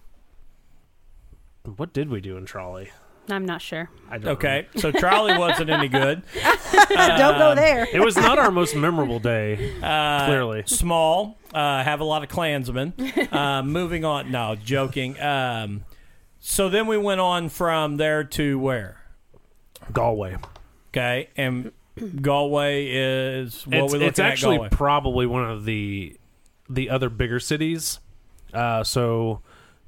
[SPEAKER 4] what did we do in Trolley?
[SPEAKER 2] I'm not sure.
[SPEAKER 4] I don't
[SPEAKER 1] Okay. So trolley wasn't any good.
[SPEAKER 3] Don't go there.
[SPEAKER 4] remember. It was not our most memorable day,
[SPEAKER 1] Uh,
[SPEAKER 4] clearly.
[SPEAKER 1] small, uh, have a lot of Klansmen. Uh, moving on. No, joking. Um, so then we went on from there to where?
[SPEAKER 4] Galway.
[SPEAKER 1] Okay. And Galway is what
[SPEAKER 4] it's,
[SPEAKER 1] we're looking
[SPEAKER 4] it's
[SPEAKER 1] at
[SPEAKER 4] actually
[SPEAKER 1] Galway.
[SPEAKER 4] probably one of the the other bigger cities. Uh, so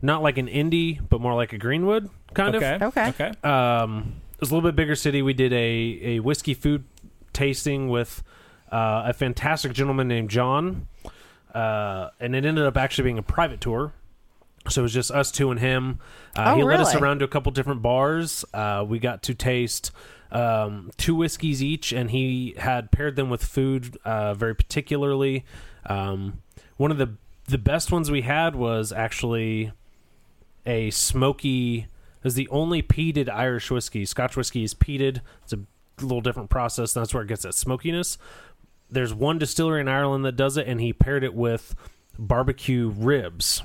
[SPEAKER 4] not like an Indy, but more like a Greenwood kind of.
[SPEAKER 1] okay.
[SPEAKER 3] Okay.
[SPEAKER 1] Okay.
[SPEAKER 4] um, it was a little bit bigger city. We did a, a whiskey food tasting with uh, a fantastic gentleman named John, uh, and it ended up actually being a private tour. So it was just us two and him. Uh,
[SPEAKER 3] Oh,
[SPEAKER 4] he led us
[SPEAKER 3] really?
[SPEAKER 4] around to a couple different bars. Uh, we got to taste um, two whiskeys each, and he had paired them with food uh, very particularly. Um, one of the the best ones we had was actually a smoky is the only peated Irish whiskey. Scotch whiskey is peated. It's a little different process. That's where it gets that smokiness. There's one distillery in Ireland that does it, and he paired it with barbecue ribs,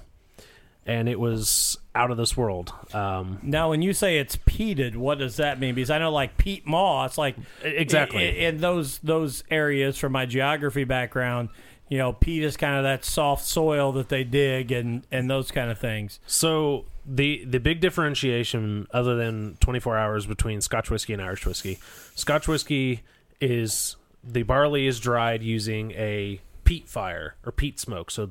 [SPEAKER 4] and it was out of this world. Um,
[SPEAKER 1] Now, when you say it's peated, what does that mean? Because I know, like peat moss, like
[SPEAKER 4] E, exactly.
[SPEAKER 1] i- i- in those those areas from my geography background, you know, peat is kind of that soft soil that they dig and and those kind of things.
[SPEAKER 4] so the the big differentiation, other than 24 hours between Scotch whiskey and Irish whiskey, Scotch whiskey is the barley is dried using a peat fire or peat smoke. So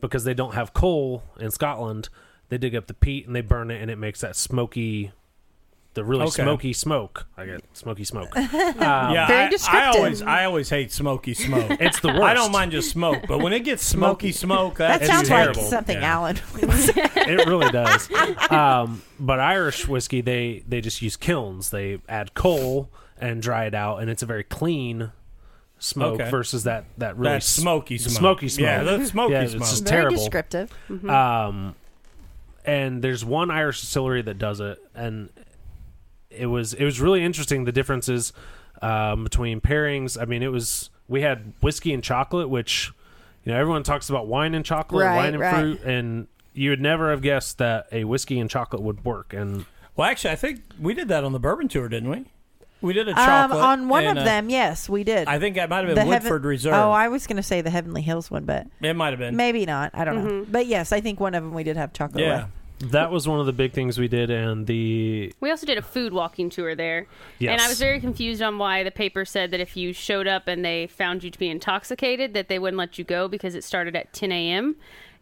[SPEAKER 4] because they don't have coal in Scotland, they dig up the peat and they burn it, and it makes that smoky. The really
[SPEAKER 1] Okay.
[SPEAKER 4] smoky smoke. I get smoky smoke.
[SPEAKER 1] yeah,
[SPEAKER 3] Very
[SPEAKER 1] I- I,
[SPEAKER 3] descriptive.
[SPEAKER 1] always I always hate smoky smoke.
[SPEAKER 4] It's the worst.
[SPEAKER 1] I don't mind just smoke, but when it gets smoky smoke,
[SPEAKER 3] That
[SPEAKER 1] that's
[SPEAKER 3] sounds
[SPEAKER 1] terrible.
[SPEAKER 4] terrible.
[SPEAKER 3] like something
[SPEAKER 4] Yeah.
[SPEAKER 3] Alan would say.
[SPEAKER 4] it really does. Um, but Irish whiskey, they they just use kilns. They add coal and dry it out, and it's a very clean smoke
[SPEAKER 1] Okay.
[SPEAKER 4] versus that that really
[SPEAKER 1] That smoky
[SPEAKER 4] s-
[SPEAKER 1] smoke.
[SPEAKER 4] smoky smoke.
[SPEAKER 1] Yeah, that smoky
[SPEAKER 4] Yeah, it's
[SPEAKER 1] smoke.
[SPEAKER 4] just
[SPEAKER 3] Very
[SPEAKER 4] terrible.
[SPEAKER 3] descriptive.
[SPEAKER 4] Um, and there's one Irish distillery that does it, and it was it was really interesting the differences um, between pairings. I mean, it was we had whiskey and chocolate, which you know everyone talks about wine and chocolate,
[SPEAKER 3] Right,
[SPEAKER 4] wine and
[SPEAKER 3] right.
[SPEAKER 4] fruit, and you would never have guessed that a whiskey and chocolate would work. And
[SPEAKER 1] well, actually, I think we did that on the bourbon tour, didn't we? We did a
[SPEAKER 3] Um,
[SPEAKER 1] chocolate
[SPEAKER 3] on one
[SPEAKER 1] and,
[SPEAKER 3] of
[SPEAKER 1] uh,
[SPEAKER 3] them, yes, we did.
[SPEAKER 1] I think that might have been
[SPEAKER 3] The
[SPEAKER 1] Woodford
[SPEAKER 3] Heaven-
[SPEAKER 1] Reserve.
[SPEAKER 3] Oh, I was going to say the Heavenly Hills one, but
[SPEAKER 1] it might have been.
[SPEAKER 3] maybe not. I don't know. But yes, I think one of them we did have chocolate
[SPEAKER 1] Yeah.
[SPEAKER 3] with.
[SPEAKER 4] that was one of the big things we did. And the
[SPEAKER 2] We also did a food walking tour there.
[SPEAKER 4] Yes.
[SPEAKER 2] And I was very confused on why the paper said that if you showed up and they found you to be intoxicated, that they wouldn't let you go because it started at 10 a.m.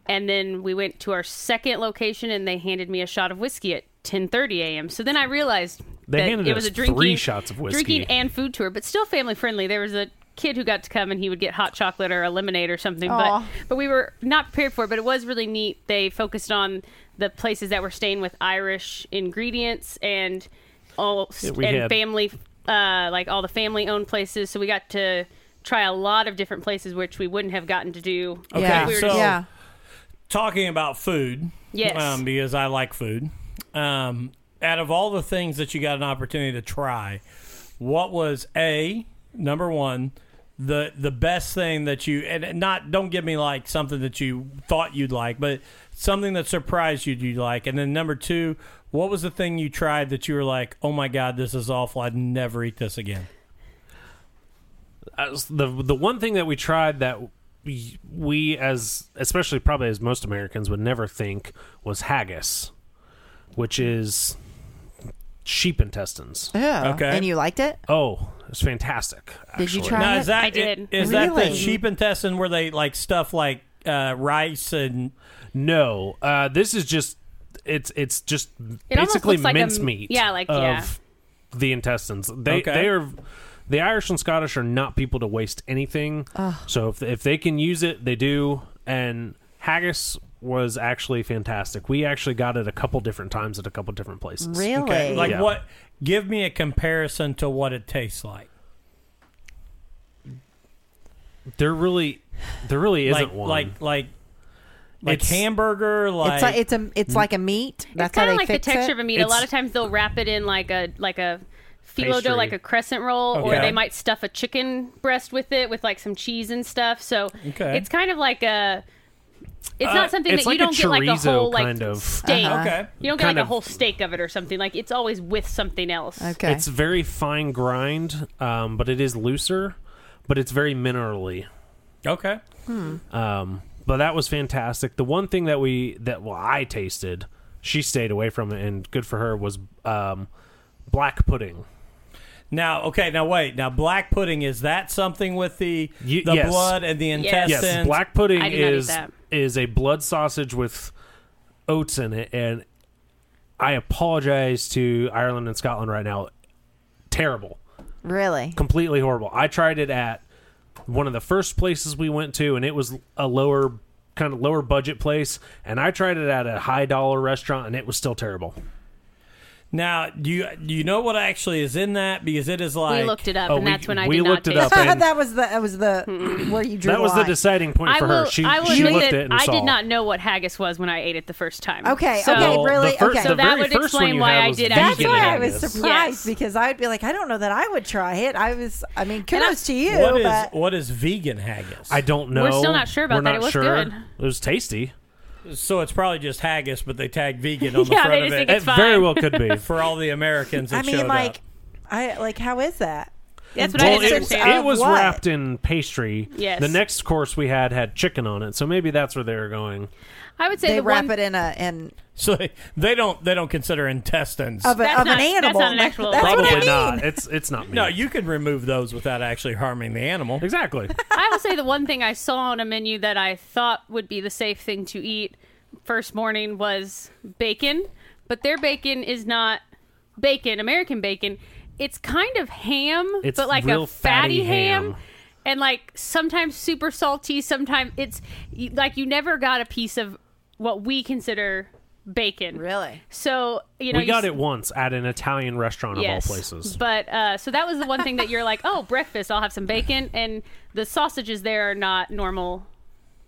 [SPEAKER 2] And then we went to our second location and they handed me a shot of whiskey at 10:30 a.m. So then I realized
[SPEAKER 4] They
[SPEAKER 2] that
[SPEAKER 4] handed
[SPEAKER 2] it was
[SPEAKER 4] us
[SPEAKER 2] a drinking,
[SPEAKER 4] three shots of whiskey.
[SPEAKER 2] drinking and food tour, but still family friendly. There was a kid who got to come and he would get hot chocolate or a lemonade or something.
[SPEAKER 3] Aw.
[SPEAKER 2] But but we were not prepared for it. But it was really neat. They focused on the places that were staying with Irish ingredients and all
[SPEAKER 4] we
[SPEAKER 2] and
[SPEAKER 4] had-
[SPEAKER 2] family, uh, like all the family-owned places. So we got to try a lot of different places which we wouldn't have gotten to do. if
[SPEAKER 3] Yeah.
[SPEAKER 2] we were
[SPEAKER 1] so-
[SPEAKER 2] just-
[SPEAKER 3] yeah.
[SPEAKER 1] Talking about food.
[SPEAKER 2] Yes.
[SPEAKER 1] Um, because I like food. Um, out of all the things that you got an opportunity to try, what was a number one the the best thing that you and not don't give me like something that you thought you'd like, but something that surprised you you like, and then number two, what was the thing you tried that you were like, oh my god, this is awful, I'd never eat this again.
[SPEAKER 4] as the the one thing that we tried that we, we as especially probably as most Americans would never think was haggis, which is sheep intestines.
[SPEAKER 3] Yeah.
[SPEAKER 1] Okay.
[SPEAKER 3] And you liked it?
[SPEAKER 4] Oh, it's fantastic.
[SPEAKER 3] Did you
[SPEAKER 4] actually.
[SPEAKER 3] try
[SPEAKER 1] Now is that
[SPEAKER 2] I did.
[SPEAKER 1] is that the
[SPEAKER 3] Really?
[SPEAKER 1] sheep intestine where they like stuff like uh, rice and
[SPEAKER 4] No, uh, this is just it's it's just
[SPEAKER 2] It almost
[SPEAKER 4] basically
[SPEAKER 2] looks like a-
[SPEAKER 4] mincemeat.
[SPEAKER 2] yeah, like,
[SPEAKER 4] of
[SPEAKER 2] yeah.
[SPEAKER 4] the intestines. They
[SPEAKER 1] Okay.
[SPEAKER 4] they are the Irish and Scottish are not people to waste anything. So if if they can use it, they do. And haggis was actually fantastic. We actually got it a couple different times at a couple different places.
[SPEAKER 3] Really?
[SPEAKER 1] Okay, like
[SPEAKER 4] Yeah.
[SPEAKER 1] what? Give me a comparison to what it tastes like.
[SPEAKER 4] There really there really isn't
[SPEAKER 1] like,
[SPEAKER 4] one.
[SPEAKER 1] like like like
[SPEAKER 4] It's-
[SPEAKER 1] hamburger. Like,
[SPEAKER 3] it's like it's a it's like a meat. That's
[SPEAKER 2] it's kind
[SPEAKER 3] how
[SPEAKER 2] of
[SPEAKER 3] they
[SPEAKER 2] like the
[SPEAKER 3] fix
[SPEAKER 2] texture
[SPEAKER 3] it.
[SPEAKER 2] of a meat. A
[SPEAKER 4] It's-
[SPEAKER 2] lot of times they'll wrap it in like a like a filo
[SPEAKER 4] Pastry.
[SPEAKER 2] dough, like a crescent roll, or
[SPEAKER 1] Okay.
[SPEAKER 2] they might stuff a chicken breast with it with like some cheese and stuff. So
[SPEAKER 1] Okay.
[SPEAKER 2] it's kind of like a. It's
[SPEAKER 4] Uh,
[SPEAKER 2] not something
[SPEAKER 4] it's
[SPEAKER 2] that you
[SPEAKER 4] like a
[SPEAKER 2] don't get like a
[SPEAKER 4] chorizo
[SPEAKER 2] whole like
[SPEAKER 4] kind of-
[SPEAKER 2] steak.
[SPEAKER 3] Uh-huh.
[SPEAKER 1] Okay.
[SPEAKER 2] You don't get
[SPEAKER 4] Kind
[SPEAKER 2] like a
[SPEAKER 4] of-
[SPEAKER 2] whole steak of it or something. Like it's always with something else.
[SPEAKER 3] okay.
[SPEAKER 4] It's very fine grind, um, but it is looser, but it's very minerally.
[SPEAKER 1] okay,
[SPEAKER 4] Um, but that was fantastic. The one thing that we that well I tasted, she stayed away from it, and good for her was um, black pudding.
[SPEAKER 1] now okay, now wait, now black pudding is that something with the
[SPEAKER 4] Ye-
[SPEAKER 1] the
[SPEAKER 4] yes.
[SPEAKER 1] blood and the
[SPEAKER 2] Yes.
[SPEAKER 1] intestines?
[SPEAKER 4] Yes, black pudding
[SPEAKER 2] I did not eat
[SPEAKER 4] is
[SPEAKER 2] that.
[SPEAKER 4] is a blood sausage with oats in it, and I apologize to Ireland and Scotland right now. Terrible,
[SPEAKER 3] really?
[SPEAKER 4] completely horrible. I tried it at one of the first places we went to, and it was a lower kind of lower budget place, and I tried it at a high dollar restaurant, and it was still terrible.
[SPEAKER 1] Now do you do you know what actually is in that? Because it is like
[SPEAKER 2] we looked it up,
[SPEAKER 4] Oh,
[SPEAKER 2] and
[SPEAKER 4] we-
[SPEAKER 2] that's when I
[SPEAKER 4] we
[SPEAKER 2] did
[SPEAKER 4] looked it
[SPEAKER 2] not taste
[SPEAKER 4] up. and-
[SPEAKER 3] that was the that was the where you drew
[SPEAKER 4] that was
[SPEAKER 3] the
[SPEAKER 4] the
[SPEAKER 3] line.
[SPEAKER 4] deciding point
[SPEAKER 2] I
[SPEAKER 4] for
[SPEAKER 2] will.
[SPEAKER 4] her. She,
[SPEAKER 2] I will
[SPEAKER 4] she
[SPEAKER 2] admit
[SPEAKER 4] looked
[SPEAKER 2] that
[SPEAKER 4] at it and
[SPEAKER 2] I
[SPEAKER 4] saw.
[SPEAKER 2] did not know what haggis was when I ate it the first time.
[SPEAKER 3] Okay,
[SPEAKER 2] So-
[SPEAKER 3] okay, really?
[SPEAKER 4] The first,
[SPEAKER 3] Okay.
[SPEAKER 4] the
[SPEAKER 3] So
[SPEAKER 2] that
[SPEAKER 4] very
[SPEAKER 2] would
[SPEAKER 4] first
[SPEAKER 2] explain
[SPEAKER 4] one you
[SPEAKER 2] why
[SPEAKER 4] had
[SPEAKER 2] I
[SPEAKER 4] was
[SPEAKER 2] did
[SPEAKER 4] vegan
[SPEAKER 2] actually
[SPEAKER 3] That's why I was
[SPEAKER 4] haggis.
[SPEAKER 3] surprised
[SPEAKER 2] Yes.
[SPEAKER 3] because I'd be like, I don't know that I would try it. I was, I mean,
[SPEAKER 2] And I-
[SPEAKER 3] kudos to you,
[SPEAKER 1] what is
[SPEAKER 3] but
[SPEAKER 1] what is vegan haggis?
[SPEAKER 4] I don't know.
[SPEAKER 2] We're still not sure about
[SPEAKER 4] We're
[SPEAKER 2] that.
[SPEAKER 4] not
[SPEAKER 2] It was
[SPEAKER 4] sure.
[SPEAKER 2] good.
[SPEAKER 4] It was tasty.
[SPEAKER 1] So it's probably just haggis, but they tag vegan on the
[SPEAKER 2] Yeah, they
[SPEAKER 1] front of
[SPEAKER 2] just
[SPEAKER 1] it
[SPEAKER 2] think It's
[SPEAKER 4] it very
[SPEAKER 2] fine.
[SPEAKER 4] well could be.
[SPEAKER 1] for all the Americans. That
[SPEAKER 3] I mean,
[SPEAKER 1] showed
[SPEAKER 3] like,
[SPEAKER 1] up.
[SPEAKER 3] I like how is that?
[SPEAKER 2] That's what I
[SPEAKER 4] Well,
[SPEAKER 2] didn't
[SPEAKER 4] it,
[SPEAKER 2] understand.
[SPEAKER 4] it was
[SPEAKER 3] Of what?
[SPEAKER 4] wrapped in pastry.
[SPEAKER 2] Yes.
[SPEAKER 4] The next course we had had chicken on it, so maybe that's where they were going.
[SPEAKER 2] I would say
[SPEAKER 3] They
[SPEAKER 2] the
[SPEAKER 3] wrap
[SPEAKER 2] one,
[SPEAKER 3] it in a in
[SPEAKER 1] so they, they don't they don't consider intestines.
[SPEAKER 3] of, a,
[SPEAKER 2] That's
[SPEAKER 3] of
[SPEAKER 2] not-
[SPEAKER 3] an
[SPEAKER 2] that's
[SPEAKER 3] animal.
[SPEAKER 2] not an actual-
[SPEAKER 3] That's
[SPEAKER 4] Probably
[SPEAKER 3] what I mean.
[SPEAKER 4] not. It's it's not meat.
[SPEAKER 1] no, you can remove those without actually harming the animal.
[SPEAKER 4] exactly.
[SPEAKER 2] I will say the one thing I saw on a menu that I thought would be the safe thing to eat first morning was bacon, but their bacon is not bacon, American bacon. It's kind of ham,
[SPEAKER 4] It's
[SPEAKER 2] but like
[SPEAKER 4] real
[SPEAKER 2] a fatty,
[SPEAKER 4] fatty
[SPEAKER 2] ham.
[SPEAKER 4] ham.
[SPEAKER 2] And like sometimes super salty, sometimes it's you- like you never got a piece of what we consider bacon.
[SPEAKER 3] Really?
[SPEAKER 2] So, you know,
[SPEAKER 4] we
[SPEAKER 2] you
[SPEAKER 4] got
[SPEAKER 2] s-
[SPEAKER 4] it once at an Italian restaurant
[SPEAKER 2] yes.
[SPEAKER 4] of all places.
[SPEAKER 2] But uh, so that was the one thing that you're like, oh, breakfast, I'll have some bacon. And the sausages there are not normal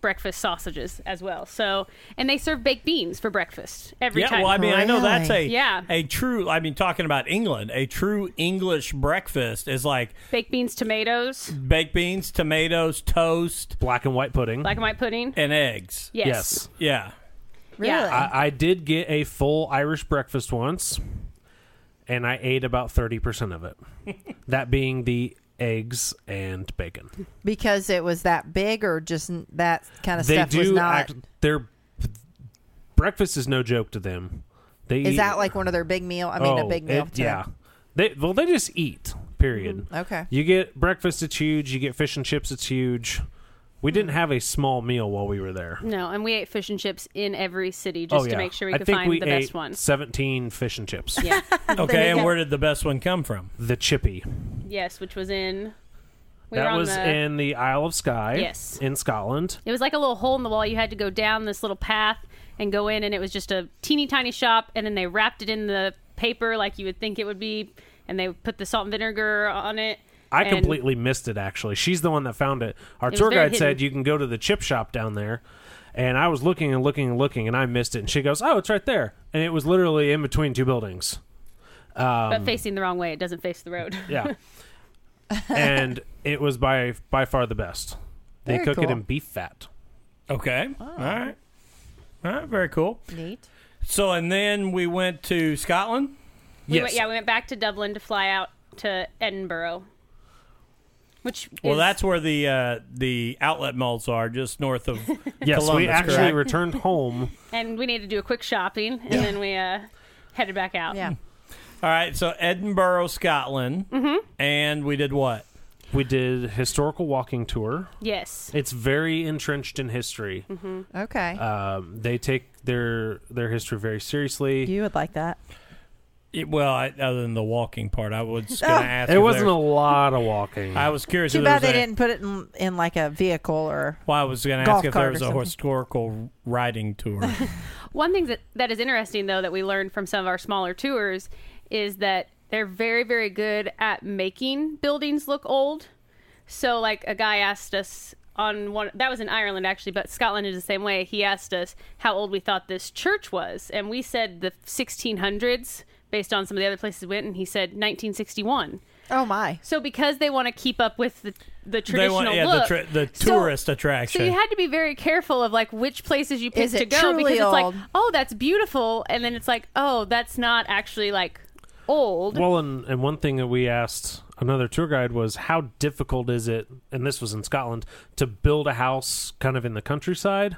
[SPEAKER 2] breakfast sausages as well. So, and they serve baked beans for breakfast every
[SPEAKER 1] Yeah,
[SPEAKER 2] time.
[SPEAKER 1] well, I mean, I know that's a
[SPEAKER 3] Really?
[SPEAKER 2] Yeah.
[SPEAKER 1] a true. I mean, talking about England, a true English breakfast is like
[SPEAKER 2] baked beans, tomatoes,
[SPEAKER 1] baked beans, tomatoes, toast,
[SPEAKER 4] Black and white pudding.
[SPEAKER 2] black and white pudding.
[SPEAKER 1] and eggs.
[SPEAKER 2] Yes.
[SPEAKER 4] yes.
[SPEAKER 1] Yeah,
[SPEAKER 3] Really?
[SPEAKER 2] Yeah.
[SPEAKER 4] I, I did get a full Irish breakfast once, and I ate about thirty percent of it. that being the eggs and bacon.
[SPEAKER 3] because it was that big, or just n- that kind of
[SPEAKER 4] they
[SPEAKER 3] stuff
[SPEAKER 4] do
[SPEAKER 3] was not.
[SPEAKER 4] act, their breakfast is no joke to them. They
[SPEAKER 3] is
[SPEAKER 4] eat,
[SPEAKER 3] that like one of their big meal? I mean, a
[SPEAKER 4] oh,
[SPEAKER 3] big meal.
[SPEAKER 4] it-
[SPEAKER 3] to them.
[SPEAKER 4] yeah.
[SPEAKER 3] Mm-hmm.
[SPEAKER 4] They well they just eat. Period.
[SPEAKER 3] Okay.
[SPEAKER 4] You get breakfast it's huge, you get fish and chips it's huge. We didn't
[SPEAKER 2] Mm.
[SPEAKER 4] have a small meal while we were there.
[SPEAKER 2] No, and we ate fish and chips in every city just
[SPEAKER 4] oh, yeah.
[SPEAKER 2] to make sure we
[SPEAKER 4] I
[SPEAKER 2] could
[SPEAKER 4] think
[SPEAKER 2] find
[SPEAKER 4] we
[SPEAKER 2] the
[SPEAKER 4] ate
[SPEAKER 2] best one.
[SPEAKER 4] 17 fish and chips.
[SPEAKER 2] Yeah.
[SPEAKER 1] Okay, and
[SPEAKER 3] go.
[SPEAKER 1] where did the best one come from?
[SPEAKER 4] The chippy.
[SPEAKER 2] yes, which was in. We were
[SPEAKER 4] that
[SPEAKER 2] on
[SPEAKER 4] was
[SPEAKER 2] the,
[SPEAKER 4] in the Isle of Skye
[SPEAKER 2] Yes.
[SPEAKER 4] in Scotland.
[SPEAKER 2] It was like a little hole in the wall. You had to go down this little path and go in, and it was just a teeny tiny shop. And then they wrapped it in the paper like you would think it would be, and they put the salt and vinegar on it.
[SPEAKER 4] I
[SPEAKER 2] and-
[SPEAKER 4] completely missed it actually. She's the one that found it. Our
[SPEAKER 2] was
[SPEAKER 4] tour
[SPEAKER 2] very
[SPEAKER 4] guide said
[SPEAKER 2] hidden.
[SPEAKER 4] you can go to the chip shop down there. And I was looking and looking and looking and I missed it. And she goes, "Oh, it's right there." And it was literally in between two buildings.
[SPEAKER 2] but
[SPEAKER 1] Um,
[SPEAKER 2] facing the wrong way, it doesn't face the road.
[SPEAKER 4] Yeah. and it was by by far the best. They
[SPEAKER 3] Very
[SPEAKER 4] cook it
[SPEAKER 3] cool.
[SPEAKER 4] in beef fat.
[SPEAKER 1] Okay, all right, all right, very cool.
[SPEAKER 3] Neat.
[SPEAKER 1] So, and then we went to Scotland.
[SPEAKER 2] We
[SPEAKER 4] yes.
[SPEAKER 2] went, yeah, we went back to Dublin to fly out to Edinburgh, which
[SPEAKER 1] Well,
[SPEAKER 2] is-
[SPEAKER 1] that's where the uh, the outlet malls are, just north of.
[SPEAKER 4] yes, we
[SPEAKER 1] Columbus,
[SPEAKER 4] actually
[SPEAKER 1] correct?
[SPEAKER 4] returned home.
[SPEAKER 2] and we needed to do a quick shopping, and then we uh, headed back out.
[SPEAKER 3] Yeah.
[SPEAKER 1] all right, so Edinburgh, Scotland, and we did what?
[SPEAKER 4] We did historical walking tour.
[SPEAKER 2] Yes.
[SPEAKER 4] It's very entrenched in history.
[SPEAKER 3] Okay.
[SPEAKER 4] Um, they take their their history very seriously.
[SPEAKER 3] you would like that.
[SPEAKER 1] It- well, I, other than the walking part, I was
[SPEAKER 2] Oh.
[SPEAKER 1] going to ask.
[SPEAKER 4] it
[SPEAKER 1] if
[SPEAKER 4] wasn't a
[SPEAKER 1] there-
[SPEAKER 4] lot of walking.
[SPEAKER 1] I was curious.
[SPEAKER 3] Too
[SPEAKER 1] if
[SPEAKER 3] bad
[SPEAKER 1] there
[SPEAKER 3] they
[SPEAKER 1] was a-
[SPEAKER 3] didn't put it in, in like a vehicle or.
[SPEAKER 1] Well, I was going to
[SPEAKER 3] Golf
[SPEAKER 1] ask if
[SPEAKER 3] cart
[SPEAKER 1] there
[SPEAKER 3] or
[SPEAKER 1] was a
[SPEAKER 3] something.
[SPEAKER 1] historical riding tour.
[SPEAKER 2] One thing that, that is interesting, though, that we learned from some of our smaller tours is that they're very, very good at making buildings look old. So, like, a guy asked us on one that was in Ireland, actually, but Scotland is the same way. He asked us how old we thought this church was, and we said the 1600s based on some of the other places we went, and he said 1961.
[SPEAKER 3] Oh my.
[SPEAKER 2] So, because they want to keep up with the, the
[SPEAKER 1] they
[SPEAKER 2] traditional
[SPEAKER 1] want yeah, the,
[SPEAKER 2] look,
[SPEAKER 1] tra- the
[SPEAKER 2] So-
[SPEAKER 1] tourist attraction.
[SPEAKER 2] so you had to be very careful of like which places you picked
[SPEAKER 3] Is it
[SPEAKER 2] to go
[SPEAKER 3] truly
[SPEAKER 2] because it's like,
[SPEAKER 3] old?
[SPEAKER 2] oh, that's beautiful, and then it's like, oh, that's not actually like old.
[SPEAKER 4] well, and, and one thing that we asked another tour guide was how difficult is it, and this was in Scotland, to build a house kind of in the countryside,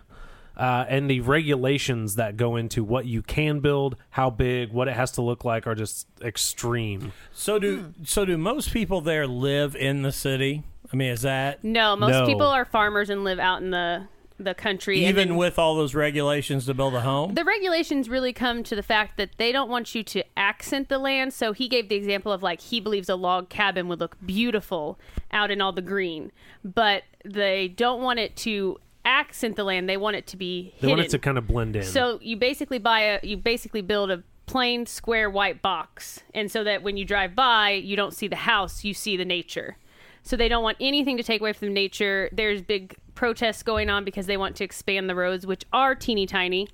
[SPEAKER 4] uh, and the regulations that go into what you can build, how big, what it has to look like, are just extreme.
[SPEAKER 1] so do
[SPEAKER 2] hmm.
[SPEAKER 1] so do most people there live in the city? I mean, is that
[SPEAKER 2] no, most
[SPEAKER 4] No.
[SPEAKER 2] people are farmers and live out in the the country. and
[SPEAKER 1] even
[SPEAKER 2] then
[SPEAKER 1] with all those regulations to build a home?
[SPEAKER 2] the regulations really come to the fact that they don't want you to accent the land. So he gave the example of like he believes a log cabin would look beautiful out in all the green, but they don't want it to accent the land. They want it to be
[SPEAKER 4] They want it
[SPEAKER 2] hidden.
[SPEAKER 4] to kind of blend in.
[SPEAKER 2] So you basically buy a you basically build a plain square white box and so that when you drive by you don't see the house, you see the nature. So they don't want anything to take away from nature. There's big protests going on because they want to expand the roads which are teeny tiny.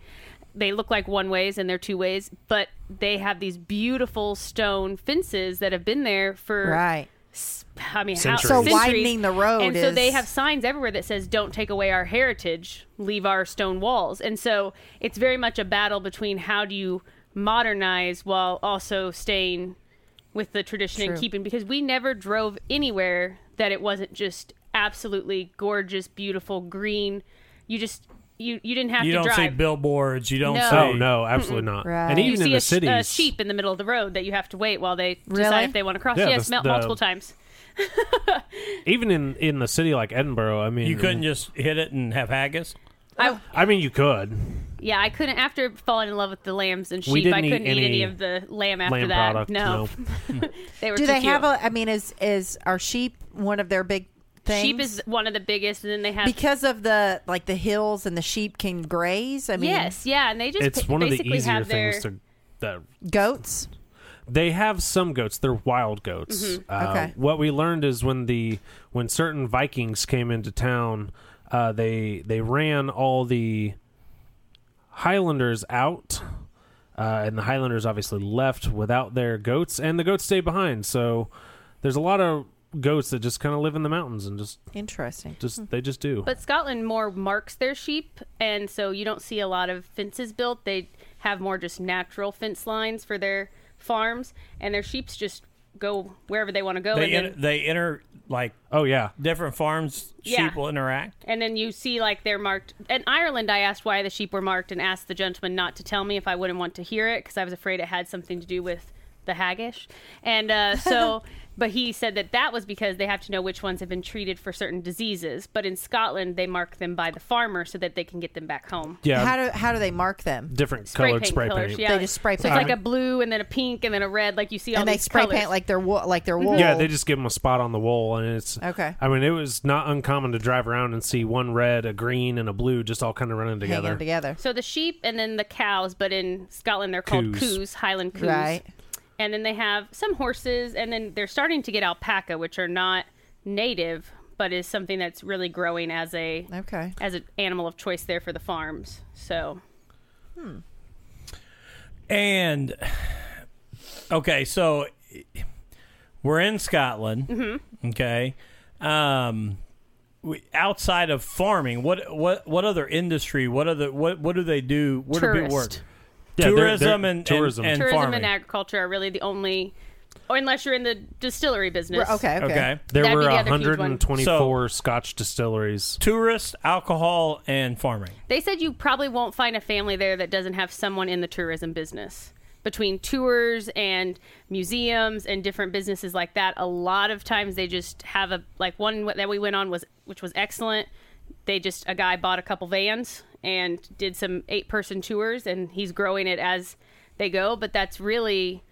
[SPEAKER 2] They look like one ways and they're two ways, but they have these beautiful stone fences that have been there for
[SPEAKER 3] Right.
[SPEAKER 2] s- I mean,
[SPEAKER 4] Centuries.
[SPEAKER 2] How,
[SPEAKER 4] So
[SPEAKER 2] centuries.
[SPEAKER 3] widening the road
[SPEAKER 2] and so they
[SPEAKER 3] is-
[SPEAKER 2] have signs everywhere that says "Don't take away our heritage, leave our stone walls." And so it's very much a battle between how do you modernize while also staying with the tradition
[SPEAKER 3] True.
[SPEAKER 2] and keeping because we never drove anywhere that it wasn't just absolutely gorgeous, beautiful, green. You just you you didn't have
[SPEAKER 1] You
[SPEAKER 2] to
[SPEAKER 1] don't
[SPEAKER 2] drive.
[SPEAKER 1] see billboards. You don't
[SPEAKER 2] No.
[SPEAKER 1] see.
[SPEAKER 4] Oh no, absolutely not.
[SPEAKER 3] Right.
[SPEAKER 4] And
[SPEAKER 3] You
[SPEAKER 4] even
[SPEAKER 2] uh, you
[SPEAKER 4] in
[SPEAKER 2] see
[SPEAKER 4] the
[SPEAKER 2] a, sh-
[SPEAKER 4] cities,
[SPEAKER 2] a sheep in the middle of the road that you have to wait while they
[SPEAKER 3] Really?
[SPEAKER 2] decide if they want to cross.
[SPEAKER 4] Yeah,
[SPEAKER 2] yes,
[SPEAKER 4] the-
[SPEAKER 2] mul-
[SPEAKER 4] the-
[SPEAKER 2] multiple times.
[SPEAKER 4] even in in the city like Edinburgh, I mean,
[SPEAKER 1] You couldn't just hit it and have haggis.
[SPEAKER 2] I,
[SPEAKER 4] I mean, you could
[SPEAKER 2] yeah, I couldn't. After falling in love with the lambs and
[SPEAKER 4] We
[SPEAKER 2] sheep, I
[SPEAKER 4] didn't eat
[SPEAKER 2] couldn't
[SPEAKER 4] any
[SPEAKER 2] eat any of the lamb after
[SPEAKER 4] lamb
[SPEAKER 2] that.
[SPEAKER 4] product.
[SPEAKER 2] no,
[SPEAKER 4] No.
[SPEAKER 2] they were
[SPEAKER 3] Do
[SPEAKER 2] too
[SPEAKER 3] they
[SPEAKER 2] cute.
[SPEAKER 3] have uh, a? I mean, is is are sheep one of their big things?
[SPEAKER 2] sheep is one of the biggest, and then they have
[SPEAKER 3] because of the like the hills and the sheep can graze. I mean,
[SPEAKER 2] yes, yeah, and they just
[SPEAKER 4] It's
[SPEAKER 2] pa-
[SPEAKER 4] one of the
[SPEAKER 2] basically
[SPEAKER 4] easier
[SPEAKER 2] have their
[SPEAKER 4] things to. That
[SPEAKER 3] goats.
[SPEAKER 4] they have some goats. They're wild goats.
[SPEAKER 2] Mm-hmm.
[SPEAKER 4] Uh,
[SPEAKER 3] Okay.
[SPEAKER 4] What we learned is when the when certain Vikings came into town, uh, they they ran all the Highlanders out, uh, and the Highlanders obviously left without their goats, and the goats stayed behind. So there's a lot of goats that just kind of live in the mountains and just
[SPEAKER 3] Interesting.
[SPEAKER 4] just they just do.
[SPEAKER 2] Mm. But Scotland more marks their sheep, and so you don't see a lot of fences built. They have more just natural fence lines for their farms, and their sheep's just go wherever they want to go.
[SPEAKER 1] They
[SPEAKER 2] Oh, and,
[SPEAKER 1] enter,
[SPEAKER 2] then,
[SPEAKER 1] they enter like
[SPEAKER 4] oh yeah,
[SPEAKER 1] different farms. Sheep
[SPEAKER 2] Yeah.
[SPEAKER 1] will interact.
[SPEAKER 2] and then you see like they're marked. In Ireland, I asked why the sheep were marked, and asked the gentleman not to tell me if I wouldn't want to hear it because I was afraid it had something to do with the haggish. And uh, so, but he said that that was because they have to know which ones have been treated for certain diseases. But in Scotland, they mark them by the farmer so that they can get them back home.
[SPEAKER 4] yeah.
[SPEAKER 3] How do how do they mark them?
[SPEAKER 4] different
[SPEAKER 2] spray
[SPEAKER 4] colored
[SPEAKER 2] paint
[SPEAKER 4] spray
[SPEAKER 2] colors.
[SPEAKER 4] paint.
[SPEAKER 2] Yeah,
[SPEAKER 3] They
[SPEAKER 2] like-
[SPEAKER 3] just spray
[SPEAKER 2] so
[SPEAKER 3] paint.
[SPEAKER 2] It's like a blue and then a pink and then a red. Like you see all
[SPEAKER 3] and they
[SPEAKER 2] these
[SPEAKER 3] spray
[SPEAKER 2] colors.
[SPEAKER 3] paint like their wool, like their wool.
[SPEAKER 4] Yeah, they just give them a spot on the wall, and it's
[SPEAKER 3] Okay.
[SPEAKER 4] I mean, it was not uncommon to drive around and see one red, a green, and a blue just all kind of running
[SPEAKER 3] hang
[SPEAKER 4] together.
[SPEAKER 3] them together.
[SPEAKER 2] so the sheep and then the cows, but in Scotland they're called
[SPEAKER 4] Coos.
[SPEAKER 2] coos, Highland coos.
[SPEAKER 3] Right.
[SPEAKER 2] And then they have some horses, and then they're starting to get alpaca, which are not native, but is something that's really growing as a
[SPEAKER 3] Okay.
[SPEAKER 2] as an animal of choice there for the farms. So
[SPEAKER 1] And okay, so we're in Scotland. Okay, um, we, outside of farming, what what what other industry? What other what what do they do? What do people work?
[SPEAKER 2] Tourist.
[SPEAKER 4] Yeah, they're-
[SPEAKER 1] tourism
[SPEAKER 4] they're-
[SPEAKER 1] and- and
[SPEAKER 4] tourism.
[SPEAKER 1] and-
[SPEAKER 2] tourism
[SPEAKER 1] farming.
[SPEAKER 2] and agriculture are really the only, or unless you're in the distillery business.
[SPEAKER 3] Okay. Okay.
[SPEAKER 1] Okay.
[SPEAKER 4] there
[SPEAKER 2] That'd
[SPEAKER 4] were
[SPEAKER 2] be the other huge one.
[SPEAKER 4] 124 Scotch distilleries.
[SPEAKER 1] tourist, alcohol, and farming.
[SPEAKER 2] They said you probably won't find a family there that doesn't have someone in the tourism business. Between tours and museums and different businesses like that, a lot of times they just have a like one that we went on was which was excellent. They just a guy bought a couple vans and did some eight person tours and he's growing it as they go, but that's really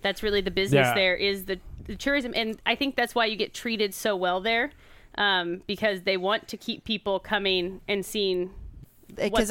[SPEAKER 2] that's really the business
[SPEAKER 4] Yeah.
[SPEAKER 2] there is the, the tourism and i think that's why you get treated so well there um, because they want to keep people coming and seeing
[SPEAKER 3] Because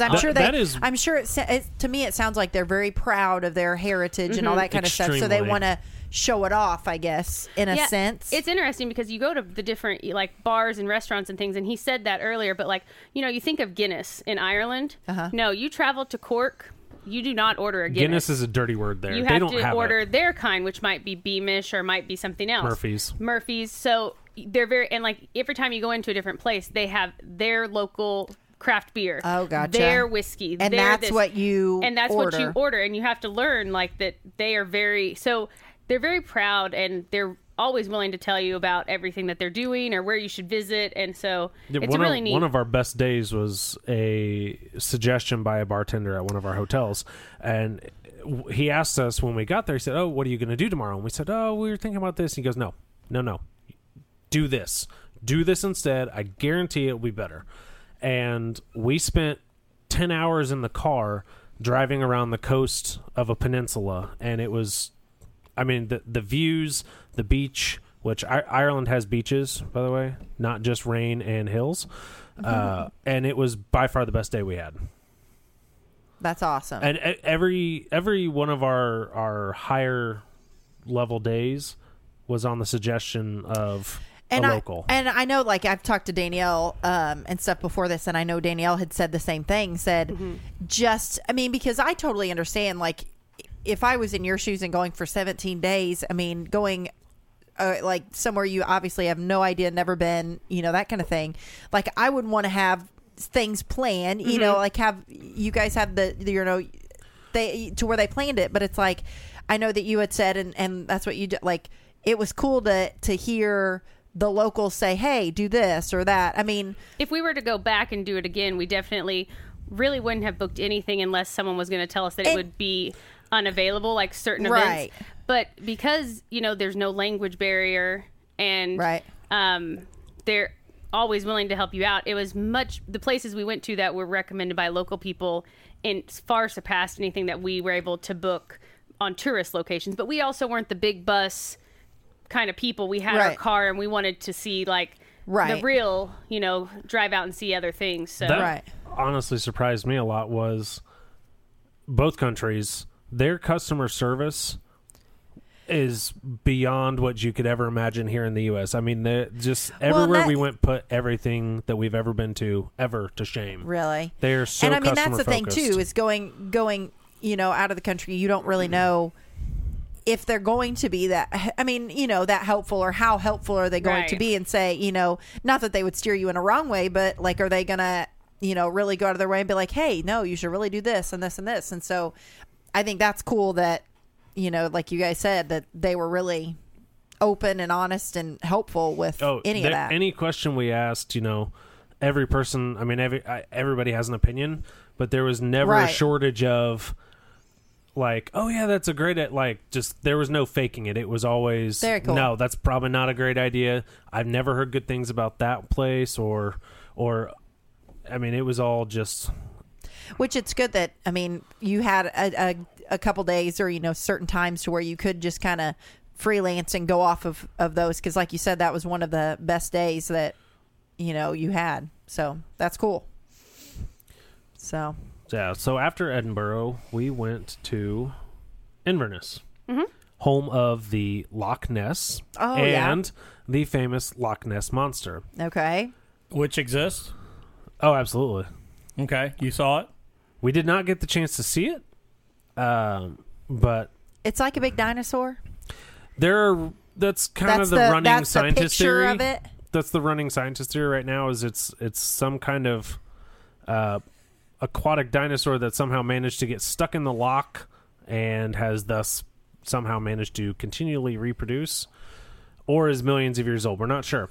[SPEAKER 2] What-
[SPEAKER 3] I'm
[SPEAKER 2] That-
[SPEAKER 3] sure they,
[SPEAKER 4] that is-
[SPEAKER 3] I'm sure it, sa- it. To me, it sounds like they're very proud of their heritage and all that kind of stuff. So they
[SPEAKER 4] Mm-hmm. Extremely.
[SPEAKER 3] want to show it off, I guess, in a
[SPEAKER 2] Yeah,
[SPEAKER 3] sense.
[SPEAKER 2] It's interesting because you go to the different like bars and restaurants and things, and he said that earlier. But like you know, you think of Guinness in Ireland.
[SPEAKER 3] Uh-huh.
[SPEAKER 2] No, you travel to Cork, you do not order a Guinness.
[SPEAKER 4] Guinness is a dirty word there.
[SPEAKER 2] you
[SPEAKER 4] they
[SPEAKER 2] have
[SPEAKER 4] don't
[SPEAKER 2] to
[SPEAKER 4] have
[SPEAKER 2] order
[SPEAKER 4] it.
[SPEAKER 2] their kind, which might be Beamish or might be something else.
[SPEAKER 4] Murphy's.
[SPEAKER 2] Murphy's. So they're very and like every time you go into a different place, they have their local craft beer.
[SPEAKER 3] Oh, gotcha.
[SPEAKER 2] Their whiskey.
[SPEAKER 3] And
[SPEAKER 2] their
[SPEAKER 3] that's
[SPEAKER 2] this.
[SPEAKER 3] what you
[SPEAKER 2] and that's what you
[SPEAKER 3] order.
[SPEAKER 2] order, and you have to learn like that they are very so they're very proud and they're always willing to tell you about everything that they're doing or where you should visit and so
[SPEAKER 4] Yeah,
[SPEAKER 2] it's
[SPEAKER 4] one,
[SPEAKER 2] really
[SPEAKER 4] of,
[SPEAKER 2] neat
[SPEAKER 4] one of our best days was a suggestion by a bartender at one of our hotels, and w- he asked us when we got there. He said, "Oh, what are you going to do tomorrow?" And we said, "Oh, we were thinking about this." And he goes, "No, no, no, do this, do this instead. I guarantee it'll be better." And we spent ten hours in the car driving around the coast of a peninsula, and it was I mean the the views, the beach, which I- Ireland has beaches, by the way, not just rain and hills.
[SPEAKER 3] Mm-hmm.
[SPEAKER 4] Uh, and it was by far the best day we had.
[SPEAKER 3] that's awesome.
[SPEAKER 4] And e- every every one of our our higher level days was on the suggestion of
[SPEAKER 3] and
[SPEAKER 4] a
[SPEAKER 3] I,
[SPEAKER 4] local.
[SPEAKER 3] And I know, like I've talked to Danielle um, and stuff before this, and I know Danielle had said the same thing. Said,
[SPEAKER 4] Mm-hmm.
[SPEAKER 3] just I mean, because I totally understand. Like, if I was in your shoes and going for 17 days, I mean, going uh, like somewhere you obviously have no idea, never been, you know, that kind of thing. Like I would want to have things planned, you
[SPEAKER 4] Mm-hmm.
[SPEAKER 3] know, like have you guys have the the, you know they to where they planned it, but it's like I know that you had said, and and that's what you did. Like it was cool to to hear the locals say, "Hey, do this or that." I mean,
[SPEAKER 2] if we were to go back and do it again, we definitely really wouldn't have booked anything unless someone was going to tell us that it
[SPEAKER 3] And-
[SPEAKER 2] would be unavailable, like certain
[SPEAKER 3] Right.
[SPEAKER 2] events. But because you know there's no language barrier and
[SPEAKER 3] Right.
[SPEAKER 2] um, they're always willing to help you out. It was much the places we went to that were recommended by local people and far surpassed anything that we were able to book on tourist locations. But we also weren't the big bus kind of people. We had our
[SPEAKER 3] Right.
[SPEAKER 2] car and we wanted to see like the
[SPEAKER 3] Right.
[SPEAKER 2] real, you know, drive out and see other things. So
[SPEAKER 4] That
[SPEAKER 3] Right.
[SPEAKER 4] honestly surprised me a lot was both countries, their customer service is beyond what you could ever imagine here in the US. I mean, they're just
[SPEAKER 3] and
[SPEAKER 4] everywhere
[SPEAKER 3] that-
[SPEAKER 4] we went put everything that we've ever been to ever to shame.
[SPEAKER 3] really,
[SPEAKER 4] They're so
[SPEAKER 3] and I mean that's
[SPEAKER 4] customer
[SPEAKER 3] the thing
[SPEAKER 4] focused.
[SPEAKER 3] too is going going you know out of the country. You don't
[SPEAKER 4] Mm-hmm.
[SPEAKER 3] really know if they're going to be that. I mean, you know that helpful or how helpful are they going to
[SPEAKER 2] Right.
[SPEAKER 3] be? And say you know not that they would steer you in a wrong way, but like are they gonna you know really go out of their way and be like, hey, no, you should really do this and this and this. And so I think that's cool that you know like you guys said that they were really open and honest and helpful with any
[SPEAKER 4] Oh, there-
[SPEAKER 3] of that.
[SPEAKER 4] Any question we asked, you know, every person. I mean, every I, everybody has an opinion, but there was never a
[SPEAKER 3] Right.
[SPEAKER 4] shortage of like, oh yeah, that's a great. i- Like, just there was no faking it. It was always
[SPEAKER 3] Very cool.
[SPEAKER 4] no, that's probably not a great idea. I've never heard good things about that place, or or, I mean, it was all just
[SPEAKER 3] Which it's good that I mean you had a, a, a couple days or you know certain times to where you could just kind of freelance and go off of of those because like you said that was one of the best days that you know you had so that's cool. So
[SPEAKER 4] Yeah. So after Edinburgh, we went to Inverness, home of the Loch Ness
[SPEAKER 3] Mm-hmm. Oh, yeah.
[SPEAKER 4] and the famous Loch Ness monster.
[SPEAKER 3] okay,
[SPEAKER 1] which exists.
[SPEAKER 4] Oh, absolutely.
[SPEAKER 1] Okay, you saw it.
[SPEAKER 4] We did not get the chance to see it, um, but
[SPEAKER 3] it's like a big dinosaur.
[SPEAKER 4] there. Are, that's kind
[SPEAKER 3] That's
[SPEAKER 4] of the,
[SPEAKER 3] the-
[SPEAKER 4] running
[SPEAKER 3] that's the
[SPEAKER 4] scientist
[SPEAKER 3] picture
[SPEAKER 4] theory.
[SPEAKER 3] of it?
[SPEAKER 4] That's the running scientist theory right now. Is it's it's some kind of uh, aquatic dinosaur that somehow managed to get stuck in the lock and has thus somehow managed to continually reproduce, or is millions of years old. We're not sure,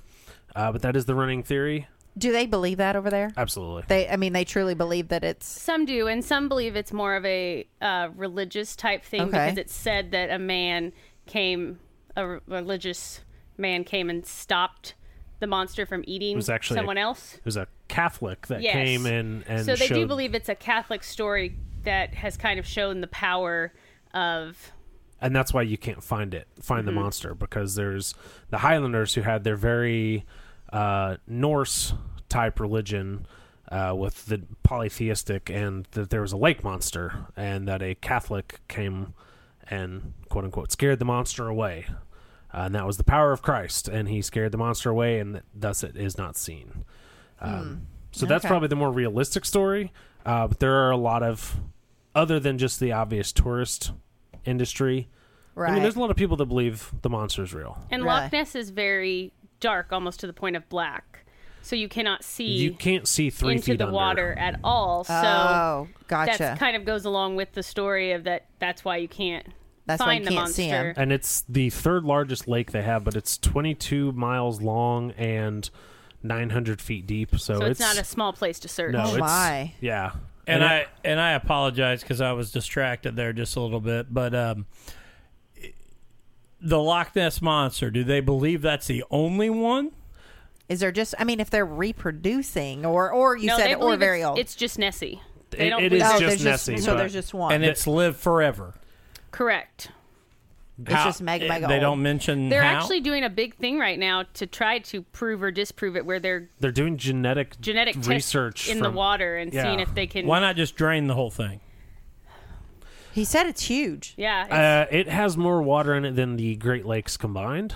[SPEAKER 4] uh, but that is the running theory.
[SPEAKER 3] Do they believe that over there?
[SPEAKER 4] Absolutely.
[SPEAKER 3] They I mean they truly believe that it's
[SPEAKER 2] some do, and some believe it's more of a uh, religious type thing
[SPEAKER 3] Okay.
[SPEAKER 2] because it's said that a man came, a re- religious man came and stopped the monster from eating
[SPEAKER 4] was actually a-
[SPEAKER 2] someone else.
[SPEAKER 4] There's a Catholic that
[SPEAKER 2] Yes.
[SPEAKER 4] came in and
[SPEAKER 2] so they do
[SPEAKER 4] showed-
[SPEAKER 2] believe it's a Catholic story that has kind of shown the power of
[SPEAKER 4] and that's why you can't find it find the monster because there's the highlanders who had their very uh, norse type religion uh, with the polytheistic and that there was a lake monster and that a catholic came and quote unquote scared the monster away uh, and that was the power of christ and he scared the monster away and th- thus it is not seen um, so that's
[SPEAKER 3] Okay.
[SPEAKER 4] probably the more realistic story uh, but there are a lot of other than just the obvious tourist industry.
[SPEAKER 3] right.
[SPEAKER 4] I mean, there's a lot of people that believe the monster's real.
[SPEAKER 2] and
[SPEAKER 3] Really?
[SPEAKER 2] Loch Ness is very dark, almost to the point of black, so you cannot see
[SPEAKER 4] You can't see three
[SPEAKER 2] into
[SPEAKER 4] feet
[SPEAKER 2] the
[SPEAKER 4] under.
[SPEAKER 2] water at all. So
[SPEAKER 3] oh, gotcha.
[SPEAKER 2] that kind of goes along with the story of that. That's why you can't
[SPEAKER 3] That's why
[SPEAKER 2] find
[SPEAKER 3] you
[SPEAKER 2] the
[SPEAKER 3] can't see 'em.
[SPEAKER 2] monster.
[SPEAKER 4] And it's the third largest lake they have, but it's 22 miles long and 900 feet deep. So,
[SPEAKER 2] So it's, not a small place to search.
[SPEAKER 4] no.
[SPEAKER 3] Oh
[SPEAKER 4] it's,
[SPEAKER 3] my.
[SPEAKER 4] Yeah,
[SPEAKER 1] and
[SPEAKER 4] it-
[SPEAKER 1] I and I apologize because I was distracted there just a little bit, but um, the Loch Ness monster. Do they believe that's the only one?
[SPEAKER 3] Is there just? I mean, if they're reproducing, or or you
[SPEAKER 2] No,
[SPEAKER 3] said
[SPEAKER 2] they
[SPEAKER 3] it, or
[SPEAKER 2] believe
[SPEAKER 3] very
[SPEAKER 2] it's,
[SPEAKER 3] old.
[SPEAKER 2] It's just Nessie. They
[SPEAKER 4] It-
[SPEAKER 2] don't
[SPEAKER 4] it
[SPEAKER 2] believe
[SPEAKER 4] is
[SPEAKER 3] oh,
[SPEAKER 4] just
[SPEAKER 3] there's
[SPEAKER 4] Nessie,
[SPEAKER 3] so
[SPEAKER 4] but-
[SPEAKER 3] there's just one.
[SPEAKER 1] and it's lived forever.
[SPEAKER 2] correct.
[SPEAKER 1] It's
[SPEAKER 3] just mega, mega
[SPEAKER 1] They
[SPEAKER 3] old.
[SPEAKER 1] don't mention
[SPEAKER 2] They're
[SPEAKER 1] how?
[SPEAKER 2] actually doing a big thing right now to try to prove or disprove it, where they're
[SPEAKER 4] they're doing genetic
[SPEAKER 2] genetic tests
[SPEAKER 4] research
[SPEAKER 2] in the
[SPEAKER 4] from-
[SPEAKER 2] water and
[SPEAKER 4] Yeah.
[SPEAKER 2] seeing if they can.
[SPEAKER 1] Why not just drain the whole thing?
[SPEAKER 3] he said it's huge.
[SPEAKER 2] Yeah, it's-
[SPEAKER 4] Uh, it has more water in it than the Great Lakes combined.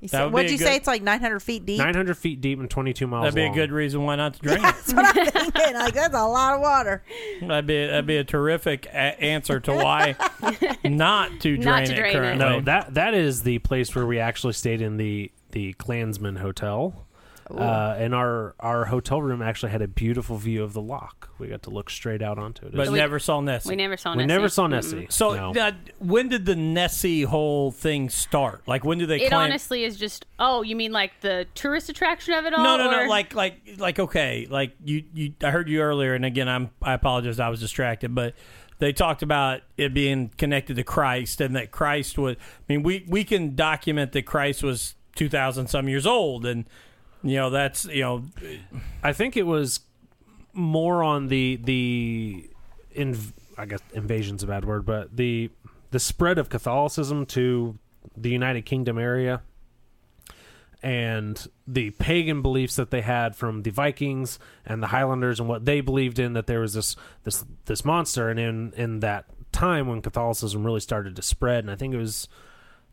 [SPEAKER 3] You
[SPEAKER 1] That
[SPEAKER 3] said,
[SPEAKER 1] would
[SPEAKER 3] what'd
[SPEAKER 1] be a
[SPEAKER 3] you
[SPEAKER 1] good-
[SPEAKER 3] say? It's like 900 feet deep.
[SPEAKER 4] 900 feet deep and 22 miles
[SPEAKER 1] That'd be a
[SPEAKER 4] long.
[SPEAKER 1] good reason why not to drink it.
[SPEAKER 3] That's what I'm thinking. Like that's a lot of water.
[SPEAKER 1] That'd be that'd be a terrific a- answer to why not to drain,
[SPEAKER 2] Not to drain
[SPEAKER 1] it
[SPEAKER 2] it.
[SPEAKER 1] currently.
[SPEAKER 4] No, that that is the place where we actually stayed in the the Klansman Hotel, uh, and our our hotel room actually had a beautiful view of the lock. We got to look straight out onto it. It
[SPEAKER 1] but
[SPEAKER 4] was-
[SPEAKER 2] we-
[SPEAKER 1] never saw Nessie.
[SPEAKER 2] We never saw.
[SPEAKER 4] we
[SPEAKER 2] Nessie.
[SPEAKER 4] never saw Nessie.
[SPEAKER 1] so
[SPEAKER 4] no.
[SPEAKER 1] uh, when did the Nessie whole thing start? Like when do they?
[SPEAKER 2] It
[SPEAKER 1] claim-
[SPEAKER 2] honestly is just. Oh, you mean like the tourist attraction of it all?
[SPEAKER 1] No, no,
[SPEAKER 2] or-
[SPEAKER 1] no. Like, like, like. Okay, like you, you. I heard you earlier, and again, I'm. I apologize. I was distracted, but they talked about it being connected to Christ, and that Christ was. I mean, we we can document that Christ was two thousand some years old, and you know that's you know
[SPEAKER 4] I think it was more on the the inv- I guess invasion's a bad word, but the the spread of Catholicism to the United Kingdom area and the pagan beliefs that they had from the Vikings and the Highlanders and what they believed in that there was this this this monster and in in that time when Catholicism really started to spread and I think it was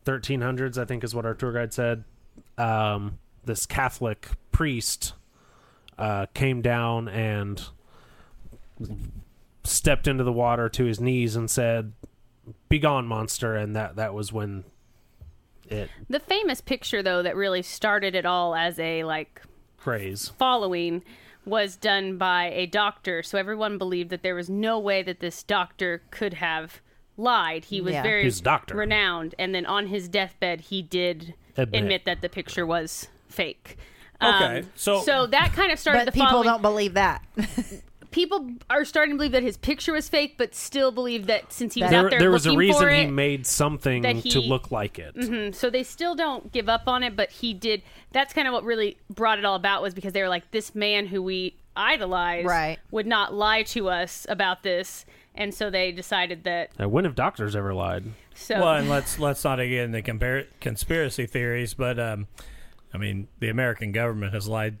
[SPEAKER 4] 1300s I think is what our tour guide said um, this Catholic priest uh, came down and stepped into the water to his knees and said, "Begone, monster!" And that that was when it
[SPEAKER 2] the famous picture though that really started it all as a like
[SPEAKER 4] craze.
[SPEAKER 2] following was done by a doctor, so everyone believed that there was no way that this doctor could have lied. He was
[SPEAKER 3] Yeah.
[SPEAKER 2] very
[SPEAKER 4] He's a doctor.
[SPEAKER 2] renowned, and then on his deathbed, he did
[SPEAKER 4] Admit.
[SPEAKER 2] admit, that the picture was fake.
[SPEAKER 1] Okay,
[SPEAKER 2] Um,
[SPEAKER 1] so-
[SPEAKER 2] so that kind of started
[SPEAKER 3] But
[SPEAKER 2] the
[SPEAKER 3] people
[SPEAKER 2] following.
[SPEAKER 3] don't believe that.
[SPEAKER 2] People are starting to believe that his picture was fake, but still believe that since he was
[SPEAKER 4] There,
[SPEAKER 2] out there,
[SPEAKER 4] there was a
[SPEAKER 2] looking for
[SPEAKER 4] reason he
[SPEAKER 2] it-
[SPEAKER 4] made something
[SPEAKER 2] that
[SPEAKER 4] to
[SPEAKER 2] he- Mm-hmm.
[SPEAKER 4] look like it.
[SPEAKER 2] so they still don't give up on it but he did that's kind of what really brought it all about was because they were like this man who we idolize
[SPEAKER 3] Right.
[SPEAKER 2] would not lie to us about this and so they decided that
[SPEAKER 4] Now, when have doctors ever lied?
[SPEAKER 2] so
[SPEAKER 1] Well, and let's let's not get into compar- conspiracy theories, but um, I mean, the American government has lied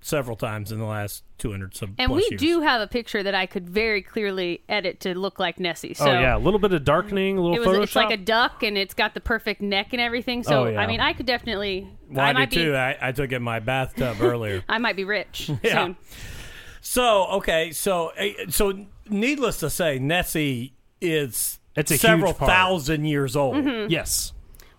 [SPEAKER 1] several times in the last two hundred some.
[SPEAKER 2] and
[SPEAKER 1] plus
[SPEAKER 2] we
[SPEAKER 1] years.
[SPEAKER 2] do have a picture that i could very clearly edit to look like nessie so
[SPEAKER 4] oh yeah, a little bit of darkening, a little
[SPEAKER 2] it was
[SPEAKER 4] Photoshop.
[SPEAKER 2] it's like a duck and it's got the perfect neck and everything so
[SPEAKER 4] Oh, yeah.
[SPEAKER 2] i mean i could definitely
[SPEAKER 1] Well, I,
[SPEAKER 2] i might
[SPEAKER 1] do too.
[SPEAKER 2] be
[SPEAKER 1] I, I took it in my bathtub earlier.
[SPEAKER 2] i might be rich
[SPEAKER 1] Yeah.
[SPEAKER 2] soon
[SPEAKER 1] So okay, so eh, so needless to say, Nessie is
[SPEAKER 4] It's a huge
[SPEAKER 1] several
[SPEAKER 4] part.
[SPEAKER 1] thousand years old.
[SPEAKER 2] Mm-hmm.
[SPEAKER 4] yes,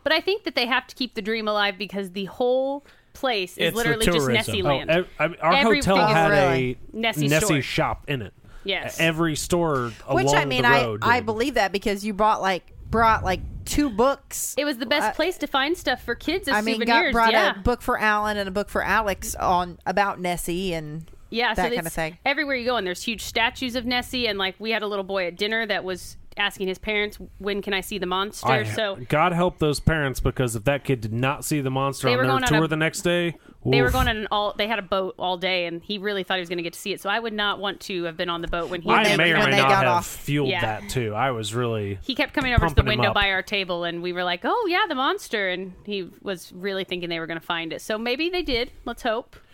[SPEAKER 2] but i think that they have to keep the dream alive because the whole place is
[SPEAKER 1] It's for
[SPEAKER 2] literally just
[SPEAKER 1] tourism.
[SPEAKER 2] nessie
[SPEAKER 1] Oh,
[SPEAKER 4] Oh,
[SPEAKER 2] land
[SPEAKER 4] ev- I mean, our
[SPEAKER 2] Everything
[SPEAKER 4] hotel
[SPEAKER 2] is
[SPEAKER 4] had
[SPEAKER 3] really-
[SPEAKER 4] a
[SPEAKER 2] Nessie store.
[SPEAKER 4] shop in it.
[SPEAKER 2] Yes.
[SPEAKER 4] every store
[SPEAKER 3] Which
[SPEAKER 4] along
[SPEAKER 3] I mean,
[SPEAKER 4] the road.
[SPEAKER 3] I I
[SPEAKER 4] did.
[SPEAKER 3] believe that because you brought like brought like two books.
[SPEAKER 2] It was the best
[SPEAKER 3] I-
[SPEAKER 2] place to find stuff for kids as
[SPEAKER 3] I mean,
[SPEAKER 2] souvenirs.
[SPEAKER 3] got brought
[SPEAKER 2] yeah,
[SPEAKER 3] a book for Alan and a book for Alex on about Nessie and
[SPEAKER 2] yeah, so
[SPEAKER 3] that kind
[SPEAKER 2] it's
[SPEAKER 3] of thing.
[SPEAKER 2] Everywhere you go, and there's huge statues of Nessie, and like we had a little boy at dinner that was asking his parents, "When can I see the monster?"
[SPEAKER 4] I-
[SPEAKER 2] so
[SPEAKER 4] God help those parents because if that kid did not see the monster
[SPEAKER 2] They
[SPEAKER 4] on
[SPEAKER 2] were
[SPEAKER 4] their
[SPEAKER 2] going on
[SPEAKER 4] tour
[SPEAKER 2] a-
[SPEAKER 4] the next day,
[SPEAKER 2] they were
[SPEAKER 4] oof.
[SPEAKER 2] going on an all. They had a boat all day, and he really thought he was going to get to see it. So I would not want to have been on the boat when he.
[SPEAKER 4] I
[SPEAKER 3] they-
[SPEAKER 4] may or
[SPEAKER 3] when
[SPEAKER 4] may
[SPEAKER 3] they
[SPEAKER 4] not
[SPEAKER 3] got
[SPEAKER 4] have
[SPEAKER 3] off.
[SPEAKER 4] fueled
[SPEAKER 2] Yeah.
[SPEAKER 4] that too. I was really
[SPEAKER 2] he kept coming over to the
[SPEAKER 4] pumping him
[SPEAKER 2] window
[SPEAKER 4] up.
[SPEAKER 2] by our table, and we were like, "Oh yeah, the monster!" And he was really thinking they were going to find it. So maybe they did. Let's hope.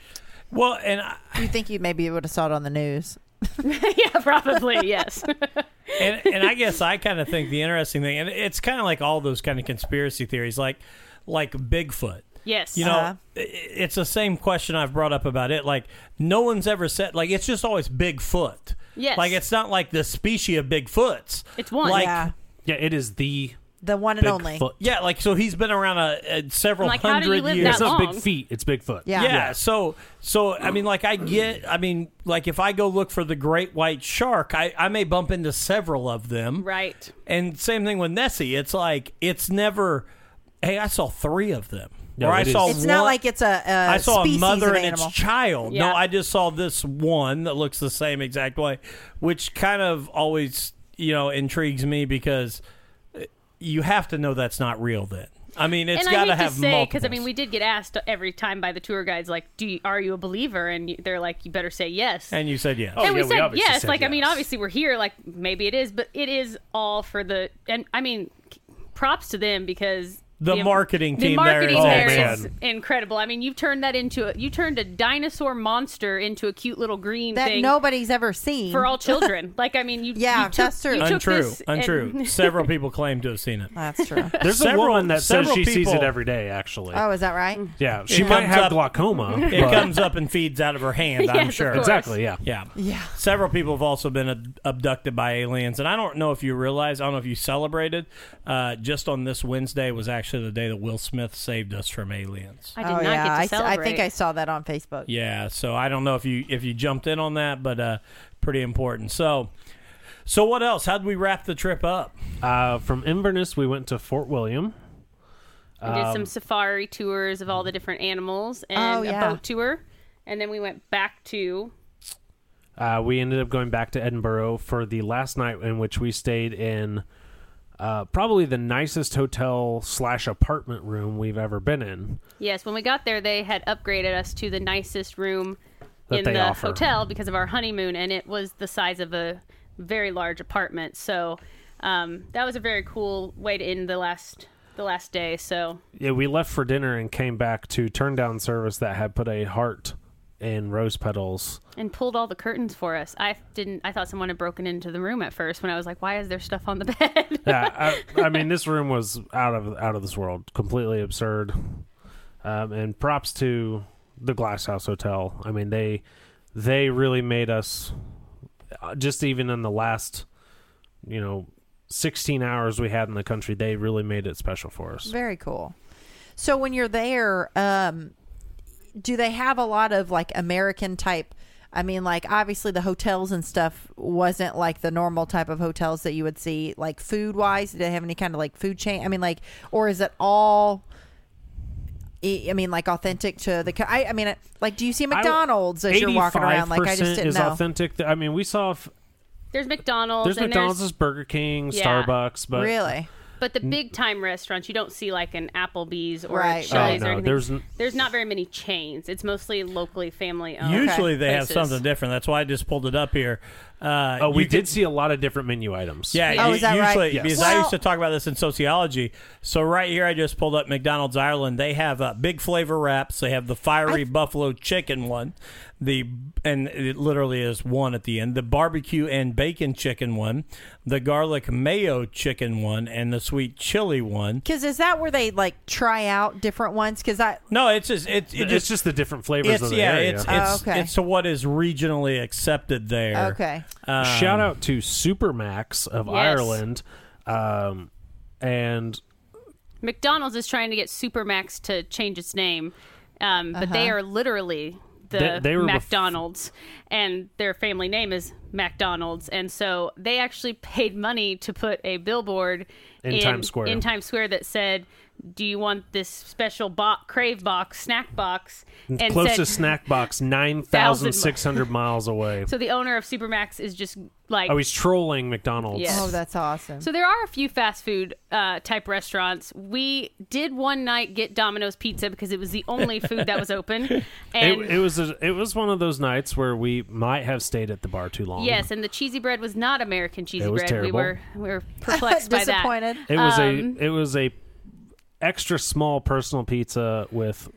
[SPEAKER 1] Well, and I-
[SPEAKER 3] You think you maybe would have saw it on the news?
[SPEAKER 2] yeah, probably yes.
[SPEAKER 1] and and I guess I kind of think the interesting thing, and it's kind of like all those kind of conspiracy theories, like like Bigfoot.
[SPEAKER 2] yes,
[SPEAKER 1] You know,
[SPEAKER 3] Uh-huh.
[SPEAKER 1] i- i- it's the same question I've brought up about it. Like, no one's ever said, like, it's just always Bigfoot.
[SPEAKER 2] Yes.
[SPEAKER 1] Like, it's not like the species of Bigfoots.
[SPEAKER 2] It's one.
[SPEAKER 1] Like,
[SPEAKER 3] yeah,
[SPEAKER 4] yeah. It is the
[SPEAKER 3] the one and only.
[SPEAKER 4] Bigfoot.
[SPEAKER 1] yeah, like, so he's been around a, a several
[SPEAKER 2] Like, how did he
[SPEAKER 1] hundred
[SPEAKER 2] live
[SPEAKER 1] years.
[SPEAKER 2] that
[SPEAKER 4] It's not
[SPEAKER 2] long.
[SPEAKER 4] big feet. It's Bigfoot.
[SPEAKER 3] Yeah.
[SPEAKER 1] Yeah. So, so I mean, like, I get. I mean, like, if I go look for the great white shark, I I may bump into several of them.
[SPEAKER 2] right.
[SPEAKER 1] And same thing with Nessie. It's like it's never. Hey, I saw three of them.
[SPEAKER 4] No,
[SPEAKER 1] or I
[SPEAKER 4] it is-
[SPEAKER 1] saw.
[SPEAKER 3] It's not
[SPEAKER 1] one-
[SPEAKER 3] like it's a, a
[SPEAKER 1] I saw a
[SPEAKER 3] species
[SPEAKER 1] mother
[SPEAKER 3] of
[SPEAKER 1] and
[SPEAKER 3] animal.
[SPEAKER 1] its child.
[SPEAKER 2] Yeah.
[SPEAKER 1] No, I just saw this one that looks the same exact way, which kind of always you know intrigues me because uh, you have to know that's not real. Then I mean, it's
[SPEAKER 2] and
[SPEAKER 1] got
[SPEAKER 2] I hate
[SPEAKER 1] have
[SPEAKER 2] to say
[SPEAKER 1] multiple.
[SPEAKER 2] I mean we did get asked every time by the tour guides like, "Do you, are you a believer?" And you, they're like, "You better say yes."
[SPEAKER 1] and you said yes.
[SPEAKER 4] Oh,
[SPEAKER 2] And we
[SPEAKER 4] yeah, we
[SPEAKER 2] said
[SPEAKER 4] obviously
[SPEAKER 2] yes.
[SPEAKER 4] said
[SPEAKER 2] like I mean,
[SPEAKER 4] yes.
[SPEAKER 2] obviously we're here. Like maybe it is, but it is all for the. And I mean, props to them because
[SPEAKER 1] The marketing
[SPEAKER 2] the
[SPEAKER 1] team there
[SPEAKER 2] marketing
[SPEAKER 1] is
[SPEAKER 2] there
[SPEAKER 4] excellent.
[SPEAKER 2] is incredible. I mean, you've turned that into a, you turned a dinosaur monster into a cute little green
[SPEAKER 3] that
[SPEAKER 2] thing
[SPEAKER 3] nobody's ever seen.
[SPEAKER 2] for all children. like, I mean, you
[SPEAKER 3] Yeah,
[SPEAKER 2] you took,
[SPEAKER 3] that's true.
[SPEAKER 2] you took
[SPEAKER 1] untrue,
[SPEAKER 2] this and-
[SPEAKER 1] untrue. Several people claim to have seen it.
[SPEAKER 3] That's true.
[SPEAKER 4] There's
[SPEAKER 1] Several-
[SPEAKER 4] a woman that says
[SPEAKER 1] several
[SPEAKER 4] she sees it
[SPEAKER 1] people-
[SPEAKER 4] every day. Actually,
[SPEAKER 3] Oh, is that right?
[SPEAKER 4] yeah, she
[SPEAKER 1] it
[SPEAKER 4] might
[SPEAKER 1] comes
[SPEAKER 4] have
[SPEAKER 1] up-
[SPEAKER 4] glaucoma.
[SPEAKER 1] It
[SPEAKER 4] but-
[SPEAKER 1] comes up and feeds out of her hand.
[SPEAKER 2] Yes,
[SPEAKER 1] I'm
[SPEAKER 2] of
[SPEAKER 1] sure.
[SPEAKER 2] course.
[SPEAKER 4] exactly. Yeah,
[SPEAKER 1] Yeah.
[SPEAKER 3] Yeah.
[SPEAKER 1] Several people have also been ab- abducted by aliens, and I don't know if you realize. I don't know if you celebrated. Uh, just on this Wednesday was actually the day that Will Smith saved us from aliens.
[SPEAKER 2] I did
[SPEAKER 3] oh,
[SPEAKER 2] not get
[SPEAKER 3] yeah.
[SPEAKER 2] to
[SPEAKER 3] I s- I,
[SPEAKER 2] celebrate.
[SPEAKER 3] think I saw that on Facebook.
[SPEAKER 1] Yeah, so I don't know if you if you jumped in on that, but uh, pretty important. So, so what else? How would we wrap the trip up?
[SPEAKER 4] Uh, from Inverness, we went to Fort William.
[SPEAKER 2] We did
[SPEAKER 4] Um,
[SPEAKER 2] some safari tours of all the different animals and
[SPEAKER 3] Oh, yeah.
[SPEAKER 2] a boat tour, and then we went back to
[SPEAKER 4] Uh, we ended up going back to Edinburgh for the last night in which we stayed in uh, probably the nicest hotel slash apartment room we've ever been in.
[SPEAKER 2] yes. When we got there, they had upgraded us to the nicest room
[SPEAKER 4] That
[SPEAKER 2] in
[SPEAKER 4] they
[SPEAKER 2] the
[SPEAKER 4] offer.
[SPEAKER 2] hotel because of our honeymoon, and it was the size of a very large apartment. So um, that was a very cool way to end the last the last day. So
[SPEAKER 4] Yeah, we left for dinner and came back to turn down service that had put a heart and rose petals.
[SPEAKER 2] and pulled all the curtains for us. I didn't. I thought someone had broken into the room at first when I was like, "Why is there stuff on the bed?"
[SPEAKER 4] Yeah, I, I mean this room was out of out of this world, completely absurd. Um, and props to the Glass House Hotel. I mean they they really made us uh, just even in the last you know 16 hours we had in the country, they really made it special for us.
[SPEAKER 3] Very cool. So when you're there, um, do they have a lot of like American type? I mean, like obviously the hotels and stuff wasn't like the normal type of hotels that you would see. Like food wise, do they have any kind of like food chain? I mean, like, or is it all? I I mean, like authentic to the. co- I, I mean, like, do you see McDonald's as you're walking around? Like, I just
[SPEAKER 4] 85%
[SPEAKER 3] didn't
[SPEAKER 4] is
[SPEAKER 3] know.
[SPEAKER 4] authentic. I mean, we saw f-
[SPEAKER 2] there's McDonald's.
[SPEAKER 4] there's
[SPEAKER 2] and
[SPEAKER 4] McDonald's, there's Burger King,
[SPEAKER 2] Yeah.
[SPEAKER 4] Starbucks, but
[SPEAKER 3] Really?
[SPEAKER 2] But the big time restaurants, you don't see like an Applebee's or
[SPEAKER 3] Right,
[SPEAKER 2] a Chili's
[SPEAKER 3] right.
[SPEAKER 2] or
[SPEAKER 4] Oh, no,
[SPEAKER 2] anything.
[SPEAKER 4] there's n-
[SPEAKER 2] There's not very many chains. It's mostly locally family owned.
[SPEAKER 1] Usually they
[SPEAKER 2] Places.
[SPEAKER 1] have something different. That's why I just pulled it up here. Uh,
[SPEAKER 4] Oh, we
[SPEAKER 1] you
[SPEAKER 4] did
[SPEAKER 1] could-
[SPEAKER 4] see a lot of different menu items.
[SPEAKER 1] Yeah,
[SPEAKER 3] Oh,
[SPEAKER 1] you-
[SPEAKER 3] is that right?
[SPEAKER 1] usually
[SPEAKER 4] Yes.
[SPEAKER 1] because I
[SPEAKER 3] Well-
[SPEAKER 1] used to talk about this in sociology. So right here, I just pulled up McDonald's Ireland. They have uh, big flavor wraps. They have the fiery buffalo chicken one, the and it literally is one at the end. The barbecue and bacon chicken one, the garlic mayo chicken one, and the sweet chili one.
[SPEAKER 3] Because is that where they like try out different ones? Because I
[SPEAKER 1] No, it's just it, it
[SPEAKER 4] It's
[SPEAKER 1] just.
[SPEAKER 4] just the different flavors
[SPEAKER 1] It's
[SPEAKER 4] of the
[SPEAKER 1] yeah,
[SPEAKER 4] area.
[SPEAKER 1] it's it's,
[SPEAKER 3] Oh, okay.
[SPEAKER 1] it's what is regionally accepted there.
[SPEAKER 3] okay.
[SPEAKER 4] Shout out to Supermax of
[SPEAKER 2] Um, Yes.
[SPEAKER 4] Ireland. Um, and
[SPEAKER 2] McDonald's is trying to get Supermax to change its name, um, but they are literally the
[SPEAKER 4] They- they were bef-
[SPEAKER 2] McDonald's, and their family name is McDonald's, and so they actually paid money to put a billboard
[SPEAKER 4] In Times Square.
[SPEAKER 2] in Times Square that said. Do you want this special bo- crave box, snack box? And
[SPEAKER 4] closest
[SPEAKER 2] said,
[SPEAKER 4] snack box, 9,600 miles away.
[SPEAKER 2] So the owner of Supermax is just like.
[SPEAKER 4] Oh, he's trolling McDonald's.
[SPEAKER 2] Yes.
[SPEAKER 3] Oh, that's awesome.
[SPEAKER 2] so there are a few fast food uh, type restaurants. We did one night get Domino's pizza because it was the only food that was open,
[SPEAKER 4] It,
[SPEAKER 2] and
[SPEAKER 4] it was a, it was one of those nights where we might have stayed at the bar too long.
[SPEAKER 2] yes, and the cheesy bread was not American cheesy
[SPEAKER 4] It was
[SPEAKER 2] bread. We
[SPEAKER 4] terrible.
[SPEAKER 2] were we were perplexed by that. Um,
[SPEAKER 3] Disappointed.
[SPEAKER 4] It was a it was a extra small personal pizza with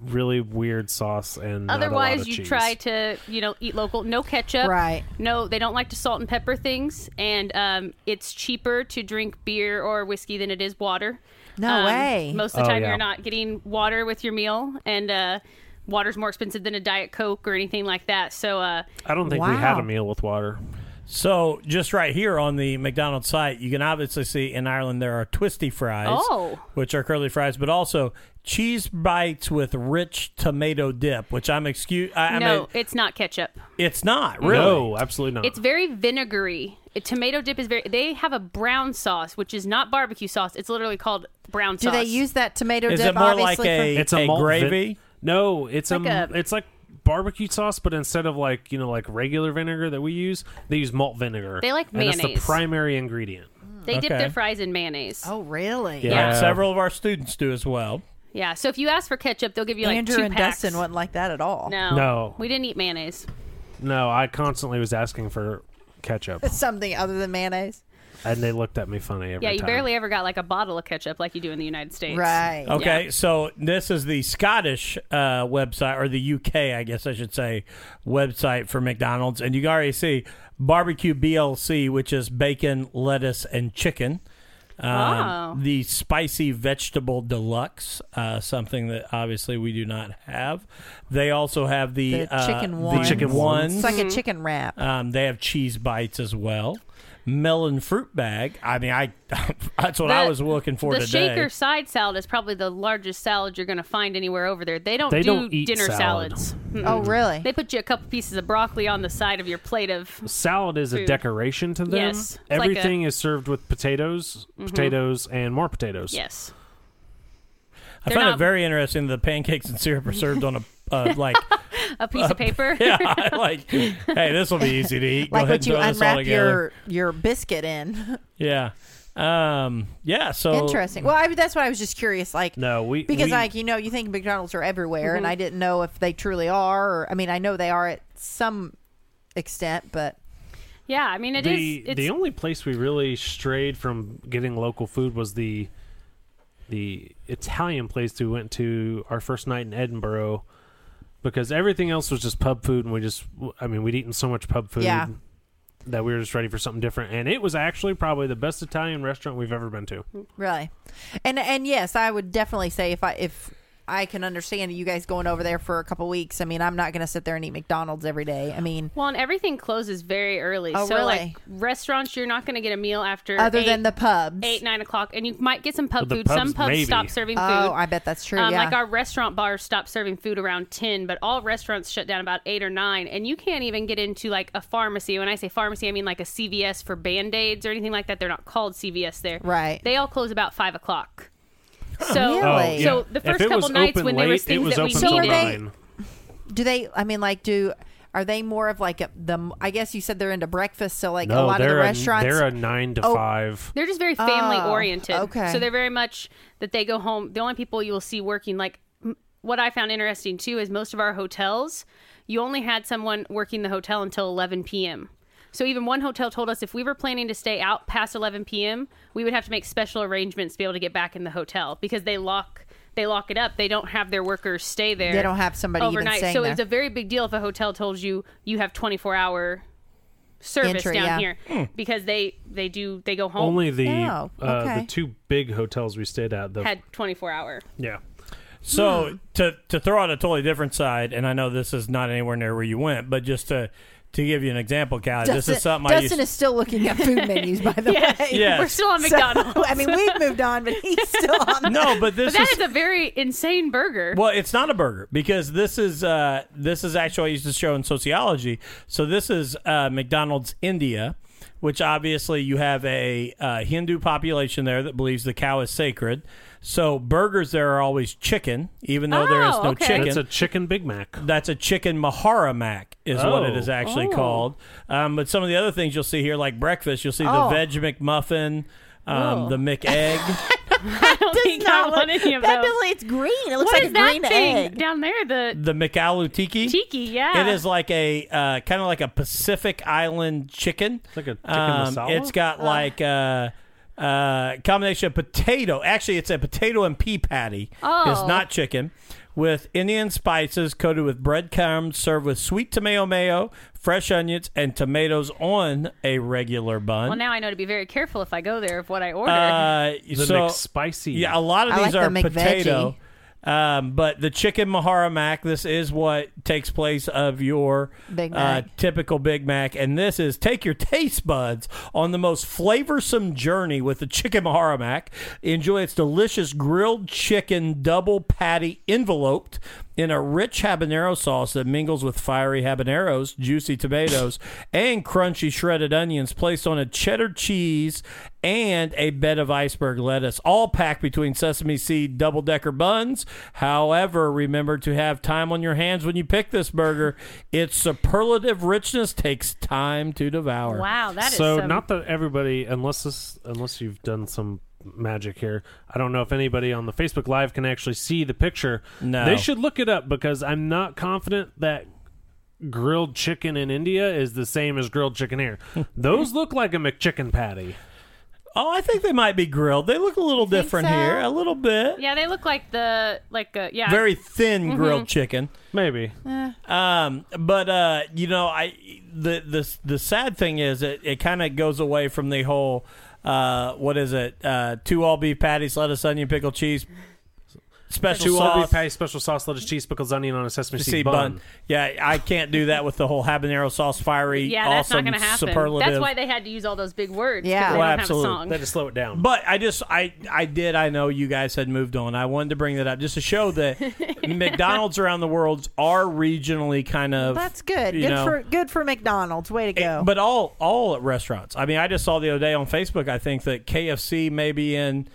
[SPEAKER 4] really weird sauce and not a lot
[SPEAKER 2] Otherwise,
[SPEAKER 4] of
[SPEAKER 2] you
[SPEAKER 4] cheese.
[SPEAKER 2] try to you know eat local, no ketchup,
[SPEAKER 3] Right.
[SPEAKER 2] No, they don't like to salt and pepper things, and um, it's cheaper to drink beer or whiskey than it is water.
[SPEAKER 3] No
[SPEAKER 2] Um,
[SPEAKER 3] way.
[SPEAKER 2] Most of the
[SPEAKER 4] Oh,
[SPEAKER 2] time,
[SPEAKER 4] yeah.
[SPEAKER 2] you're not getting water with your meal, and uh, water's more expensive than a diet coke or anything like that. So, uh,
[SPEAKER 4] I don't think we had
[SPEAKER 3] Wow.
[SPEAKER 4] a meal with water.
[SPEAKER 1] So just right here on the McDonald's site, you can obviously see in Ireland there are twisty fries,
[SPEAKER 2] Oh.
[SPEAKER 1] which are curly fries, but also cheese bites with rich tomato dip, which I'm excuse. I, I
[SPEAKER 2] no,
[SPEAKER 1] mean,
[SPEAKER 2] it's not ketchup.
[SPEAKER 1] it's not really.
[SPEAKER 4] No, absolutely not.
[SPEAKER 2] It's very vinegary. A tomato dip is very. They have a brown sauce, which is not barbecue sauce. It's literally called brown
[SPEAKER 3] Do
[SPEAKER 2] sauce.
[SPEAKER 3] they use that tomato
[SPEAKER 1] Is it
[SPEAKER 3] dip?
[SPEAKER 1] more like
[SPEAKER 3] obviously
[SPEAKER 1] a-
[SPEAKER 3] for-
[SPEAKER 4] it's a,
[SPEAKER 1] a
[SPEAKER 4] malt vi-
[SPEAKER 1] gravy?
[SPEAKER 4] no, it's a,
[SPEAKER 2] Like a-
[SPEAKER 4] it's like barbecue sauce, but instead of like you know like regular vinegar that we use, they use malt vinegar.
[SPEAKER 2] They like
[SPEAKER 4] and That's the
[SPEAKER 2] mayonnaise.
[SPEAKER 4] primary ingredient.
[SPEAKER 2] They dip
[SPEAKER 1] Okay.
[SPEAKER 2] their fries in mayonnaise.
[SPEAKER 3] Oh, really?
[SPEAKER 4] Yeah.
[SPEAKER 1] Like several of our students do as well.
[SPEAKER 2] Yeah. So if you ask for ketchup, they'll give you like
[SPEAKER 3] Andrew
[SPEAKER 2] two
[SPEAKER 3] and
[SPEAKER 2] packs.
[SPEAKER 3] Dustin wouldn't like that at all.
[SPEAKER 2] No.
[SPEAKER 4] No.
[SPEAKER 2] We didn't eat mayonnaise.
[SPEAKER 4] No, I constantly was asking for ketchup.
[SPEAKER 3] Something other than mayonnaise.
[SPEAKER 4] and they looked at me funny every
[SPEAKER 2] Yeah, you
[SPEAKER 4] time.
[SPEAKER 2] barely ever got like a bottle of ketchup like you do in the United States.
[SPEAKER 3] Right.
[SPEAKER 1] Okay,
[SPEAKER 2] Yeah.
[SPEAKER 1] so this is the Scottish uh, website or the UK, I guess I should say, website for McDonald's, and you can already see barbecue BLC, which is bacon, lettuce, and chicken. Um,
[SPEAKER 2] Wow.
[SPEAKER 3] Oh.
[SPEAKER 1] The spicy vegetable deluxe, uh, something that obviously we do not have. They also have the,
[SPEAKER 3] The
[SPEAKER 1] uh,
[SPEAKER 3] chicken
[SPEAKER 1] the
[SPEAKER 3] ones.
[SPEAKER 4] chicken ones.
[SPEAKER 3] It's
[SPEAKER 2] Mm-hmm.
[SPEAKER 3] like a chicken wrap.
[SPEAKER 1] um, they have cheese bites as well. Melon fruit bag. I mean, I that's what I
[SPEAKER 2] The-
[SPEAKER 1] was looking for
[SPEAKER 2] the
[SPEAKER 1] today.
[SPEAKER 2] shaker side salad is probably the largest salad you're going to find anywhere over there. They don't
[SPEAKER 4] They
[SPEAKER 2] do
[SPEAKER 4] don't eat
[SPEAKER 2] dinner
[SPEAKER 4] salad.
[SPEAKER 2] salads. Mm-mm.
[SPEAKER 3] Oh, really?
[SPEAKER 2] They put you a couple pieces of broccoli on the side of your plate of
[SPEAKER 4] Salad is a
[SPEAKER 2] Food.
[SPEAKER 4] decoration to them.
[SPEAKER 2] Yes, it's like Mm-hmm.
[SPEAKER 4] Everything is served with potatoes, potatoes, and more potatoes.
[SPEAKER 2] yes.
[SPEAKER 1] I
[SPEAKER 2] They're
[SPEAKER 1] found it
[SPEAKER 2] not-
[SPEAKER 1] very interesting that the pancakes and syrup are served on a uh, like
[SPEAKER 2] A piece of paper.
[SPEAKER 1] yeah I like hey this will be easy to eat. Go
[SPEAKER 3] like
[SPEAKER 1] ahead
[SPEAKER 3] what
[SPEAKER 1] and
[SPEAKER 3] you
[SPEAKER 1] throw this all
[SPEAKER 3] unwrap
[SPEAKER 1] together.
[SPEAKER 3] your your biscuit in.
[SPEAKER 1] yeah um yeah so
[SPEAKER 3] Interesting. Well, I, that's what I was just curious. Like,
[SPEAKER 4] No, we
[SPEAKER 3] because
[SPEAKER 4] we,
[SPEAKER 3] like you know, you think McDonald's are everywhere,
[SPEAKER 2] Mm-hmm.
[SPEAKER 3] and I didn't know if they truly are. Or, I mean, I know they are at some extent, but
[SPEAKER 2] Yeah, I mean it is.
[SPEAKER 4] the
[SPEAKER 2] it's,
[SPEAKER 4] the only place we really strayed from getting local food was the the Italian place we went to our first night in Edinburgh because everything else was just pub food and we just I mean we'd eaten so much pub food
[SPEAKER 3] Yeah.
[SPEAKER 4] that we were just ready for something different and it was actually probably the best Italian restaurant we've ever been to.
[SPEAKER 3] really, and and yes, I would definitely say if I if I can understand you guys going over there for a couple weeks. I mean, I'm not going to sit there and eat McDonald's every day. I mean,
[SPEAKER 2] well, and everything closes very early.
[SPEAKER 3] Oh,
[SPEAKER 2] so
[SPEAKER 3] really?
[SPEAKER 2] like restaurants, you're not going to get a meal after
[SPEAKER 3] other
[SPEAKER 2] eight,
[SPEAKER 3] than the pubs.
[SPEAKER 2] eight nine o'clock, and you might get some pub
[SPEAKER 4] Well, the
[SPEAKER 2] food. some
[SPEAKER 4] pubs,
[SPEAKER 2] pubs
[SPEAKER 4] maybe.
[SPEAKER 2] stop serving food.
[SPEAKER 3] oh, I bet that's true.
[SPEAKER 2] Um,
[SPEAKER 3] yeah.
[SPEAKER 2] Like our restaurant bars stop serving food around 10, but all restaurants shut down about 8 or 9. And you can't even get into like a pharmacy. When I say pharmacy, I mean like a CVS for band aids or anything like that. They're not called CVS there.
[SPEAKER 3] Right.
[SPEAKER 2] They all close about 5 o'clock. So,
[SPEAKER 3] Oh, Really?
[SPEAKER 2] so
[SPEAKER 4] yeah.
[SPEAKER 2] the
[SPEAKER 4] if
[SPEAKER 2] first
[SPEAKER 4] it
[SPEAKER 2] couple
[SPEAKER 4] was
[SPEAKER 2] nights when
[SPEAKER 4] open late,
[SPEAKER 2] there was
[SPEAKER 4] it
[SPEAKER 2] things
[SPEAKER 4] was
[SPEAKER 2] that we
[SPEAKER 4] open
[SPEAKER 3] So
[SPEAKER 4] till
[SPEAKER 3] are
[SPEAKER 2] needed,
[SPEAKER 3] they-
[SPEAKER 4] nine.
[SPEAKER 3] do they? I mean, like, do are they more of like a, the? I guess you said they're into breakfast, so like a
[SPEAKER 4] No,
[SPEAKER 3] lot of the
[SPEAKER 4] they're a,
[SPEAKER 3] restaurants.
[SPEAKER 4] they're a 9 to
[SPEAKER 3] Oh.
[SPEAKER 4] 5.
[SPEAKER 2] They're just very family oriented.
[SPEAKER 3] Oh, okay.
[SPEAKER 2] So they're very much that they go home. The only people you will see working, like m- what I found interesting too, is most of our hotels, you only had someone working the hotel until 11 p.m. So even one hotel told us if we were planning to stay out past 11 p.m., we would have to make special arrangements to be able to get back in the hotel because they lock they lock it up. They don't have their workers stay there.
[SPEAKER 3] They don't have somebody even
[SPEAKER 2] overnight.
[SPEAKER 3] staying
[SPEAKER 2] so
[SPEAKER 3] there.
[SPEAKER 2] it's a very big deal if a hotel tells you you have 24 hour service
[SPEAKER 3] Entry,
[SPEAKER 2] down
[SPEAKER 3] yeah.
[SPEAKER 2] here because they they do they go home
[SPEAKER 4] Only the
[SPEAKER 3] Oh,
[SPEAKER 4] uh,
[SPEAKER 3] okay.
[SPEAKER 4] the two big hotels we stayed at the
[SPEAKER 2] had 24 hour.
[SPEAKER 4] yeah.
[SPEAKER 3] Hmm.
[SPEAKER 1] So to to throw out a totally different side, and I know this is not anywhere near where you went, but just to to give you an example, Callie,
[SPEAKER 3] Dustin,
[SPEAKER 1] this is something I
[SPEAKER 3] Dustin
[SPEAKER 1] used.
[SPEAKER 3] is still looking at food menus, by the
[SPEAKER 2] Yes.
[SPEAKER 3] way.
[SPEAKER 1] Yes.
[SPEAKER 2] We're still on
[SPEAKER 3] So,
[SPEAKER 2] McDonald's.
[SPEAKER 3] I mean, we've moved on, but he's still on.
[SPEAKER 1] no, but this
[SPEAKER 2] that
[SPEAKER 1] is
[SPEAKER 2] is a very insane burger.
[SPEAKER 1] Well, it's not a burger because this is uh, this is actually I used to show in sociology. So this is uh, McDonald's India, which obviously you have a uh, Hindu population there that believes the cow is sacred. So burgers there are always chicken, even though there is
[SPEAKER 2] Oh,
[SPEAKER 1] no
[SPEAKER 2] okay.
[SPEAKER 1] chicken.
[SPEAKER 4] That's a chicken Big Mac.
[SPEAKER 1] That's a chicken Mahara Mac, is what it
[SPEAKER 4] Oh.
[SPEAKER 1] is actually called. Um, but some of the other things you'll see here, like breakfast, you'll see
[SPEAKER 3] Oh.
[SPEAKER 1] the Veg McMuffin, um,
[SPEAKER 2] Ooh.
[SPEAKER 1] the McEgg.
[SPEAKER 2] I don't think I want any of
[SPEAKER 3] that
[SPEAKER 2] those.
[SPEAKER 3] doesn't- it's green. It looks
[SPEAKER 2] What
[SPEAKER 3] like
[SPEAKER 2] is
[SPEAKER 3] a
[SPEAKER 2] that
[SPEAKER 3] green
[SPEAKER 2] thing
[SPEAKER 3] egg.
[SPEAKER 2] down there? The
[SPEAKER 1] the McAloo Tiki.
[SPEAKER 2] tiki, yeah.
[SPEAKER 1] It is like a uh, kind of like a Pacific Island chicken. It's
[SPEAKER 4] like a chicken masala?
[SPEAKER 1] It's got like a uh, uh, combination of potato. Actually, it's a potato and pea patty. It's
[SPEAKER 2] Oh.
[SPEAKER 1] not chicken. With Indian spices coated with breadcrumbs, served with sweet tomato mayo, fresh onions, and tomatoes on a regular bun.
[SPEAKER 2] Well, now I know to be very careful if I go there of what I order.
[SPEAKER 1] uh,
[SPEAKER 4] The
[SPEAKER 1] so,
[SPEAKER 4] McSpicy.
[SPEAKER 1] yeah, a lot of
[SPEAKER 3] I
[SPEAKER 1] these
[SPEAKER 3] like
[SPEAKER 1] are
[SPEAKER 3] the McVeggie.
[SPEAKER 1] potato. Um, but the chicken Mahara Mac, this is what takes place of your
[SPEAKER 3] Big
[SPEAKER 1] uh,
[SPEAKER 3] Mac.
[SPEAKER 1] typical Big Mac. And this is take your taste buds on the most flavorsome journey with the chicken Mahara Mac. Enjoy its delicious grilled chicken double patty enveloped in a rich habanero sauce that mingles with fiery habaneros, juicy tomatoes, and crunchy shredded onions placed on a cheddar cheese and a bed of iceberg lettuce, all packed between sesame seed double decker buns. However, remember to have time on your hands when you pick this burger. Its superlative richness takes time to devour.
[SPEAKER 2] wow, that is
[SPEAKER 4] so
[SPEAKER 2] some-
[SPEAKER 4] not that everybody, unless this, unless you've done some magic here, I don't know if anybody on the Facebook Live can actually see the picture.
[SPEAKER 1] No.
[SPEAKER 4] they should look it up because I'm not confident that grilled chicken in India is the same as grilled chicken here. Those look like a McChicken patty.
[SPEAKER 1] Oh, I think they might be grilled. They look a little
[SPEAKER 3] think
[SPEAKER 1] different
[SPEAKER 3] so?
[SPEAKER 1] here, a little bit.
[SPEAKER 2] Yeah, they look like the like uh, yeah.
[SPEAKER 1] Very thin grilled chicken.
[SPEAKER 4] Maybe.
[SPEAKER 2] Eh.
[SPEAKER 1] Um, but uh, you know, I the the the sad thing is it, it kind of goes away from the whole uh, what is it? Uh, two all beef patties, lettuce, onion, pickle, cheese, special
[SPEAKER 4] Two all
[SPEAKER 1] sauce,
[SPEAKER 4] beef patty, special sauce, lettuce, cheese, pickles, onion on a sesame
[SPEAKER 1] See
[SPEAKER 4] seed
[SPEAKER 1] bun.
[SPEAKER 4] bun.
[SPEAKER 1] Yeah, I can't do that with the whole habanero sauce, fiery,
[SPEAKER 2] yeah, that's
[SPEAKER 1] awesome,
[SPEAKER 2] not going to happen.
[SPEAKER 1] superlative.
[SPEAKER 2] That's why they had to use all those big words. 'cause
[SPEAKER 3] Yeah.
[SPEAKER 2] they
[SPEAKER 3] Well,
[SPEAKER 2] don't
[SPEAKER 1] absolutely.
[SPEAKER 2] Have a song.
[SPEAKER 4] That to slow it down.
[SPEAKER 1] But I just I I did I know you guys had moved on. I wanted to bring that up just to show that McDonald's around the world are regionally kind of
[SPEAKER 3] That's good.
[SPEAKER 1] you
[SPEAKER 3] Good
[SPEAKER 1] know,
[SPEAKER 3] for good for McDonald's. Way to go.
[SPEAKER 1] But all all restaurants. I mean, I just saw the other day on Facebook. I think that KFC maybe in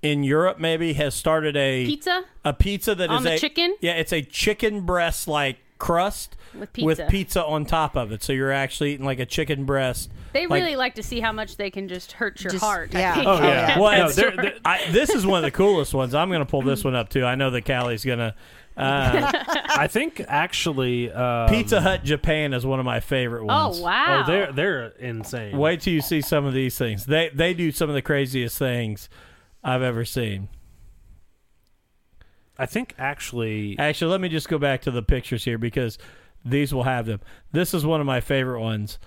[SPEAKER 1] in Europe maybe has started a
[SPEAKER 2] Pizza?
[SPEAKER 1] a pizza that is
[SPEAKER 2] On the
[SPEAKER 1] a
[SPEAKER 2] chicken?
[SPEAKER 1] Yeah, it's a chicken breast like crust
[SPEAKER 2] With pizza.
[SPEAKER 1] on top of it. So you're actually eating like a chicken breast.
[SPEAKER 2] They
[SPEAKER 1] like-
[SPEAKER 2] really like to see how much they can just hurt your
[SPEAKER 3] Just-
[SPEAKER 2] heart. I
[SPEAKER 3] yeah.
[SPEAKER 2] think.
[SPEAKER 3] Oh,
[SPEAKER 4] oh yeah.
[SPEAKER 1] Well,
[SPEAKER 4] No,
[SPEAKER 1] it's-
[SPEAKER 4] they're- they're-
[SPEAKER 1] I, this is one of the coolest ones. I'm going to pull this one up too. I know that Callie's going to. Uh,
[SPEAKER 4] I think actually uh,
[SPEAKER 1] Pizza Hut Japan is one of my favorite ones.
[SPEAKER 2] Oh wow.
[SPEAKER 4] Oh, they're they're insane.
[SPEAKER 1] Wait till you see some of these things. They they do some of the craziest things I've ever seen.
[SPEAKER 4] I think actually
[SPEAKER 1] Actually, let me just go back to the pictures here because these will have them. This is one of my favorite ones.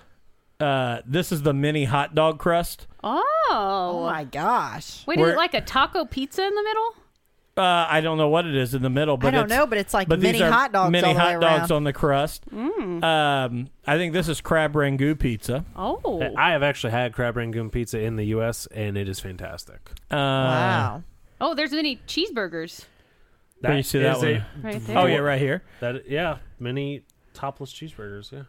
[SPEAKER 1] Uh, this is the mini hot dog crust.
[SPEAKER 2] oh.
[SPEAKER 3] oh my gosh.
[SPEAKER 2] Wait, is
[SPEAKER 1] We're-
[SPEAKER 2] it like a taco pizza in the middle?
[SPEAKER 1] Uh, I don't know what it is in the middle, but
[SPEAKER 3] I don't
[SPEAKER 1] it's-
[SPEAKER 3] know, but it's like
[SPEAKER 1] but
[SPEAKER 3] mini
[SPEAKER 1] these are
[SPEAKER 3] hot dogs
[SPEAKER 1] mini
[SPEAKER 3] all the way
[SPEAKER 1] hot dogs
[SPEAKER 3] around. Mm.
[SPEAKER 1] on the crust. Um, I think this is crab rangoon pizza.
[SPEAKER 2] Oh.
[SPEAKER 1] Uh,
[SPEAKER 4] I have actually had crab rangoon pizza in the U.S. and it is fantastic.
[SPEAKER 1] Uh,
[SPEAKER 3] wow.
[SPEAKER 2] oh, there's many cheeseburgers
[SPEAKER 1] Where you see that
[SPEAKER 4] is a-
[SPEAKER 2] right there.
[SPEAKER 1] Oh yeah, right here.
[SPEAKER 4] that yeah, mini topless cheeseburgers. Yeah,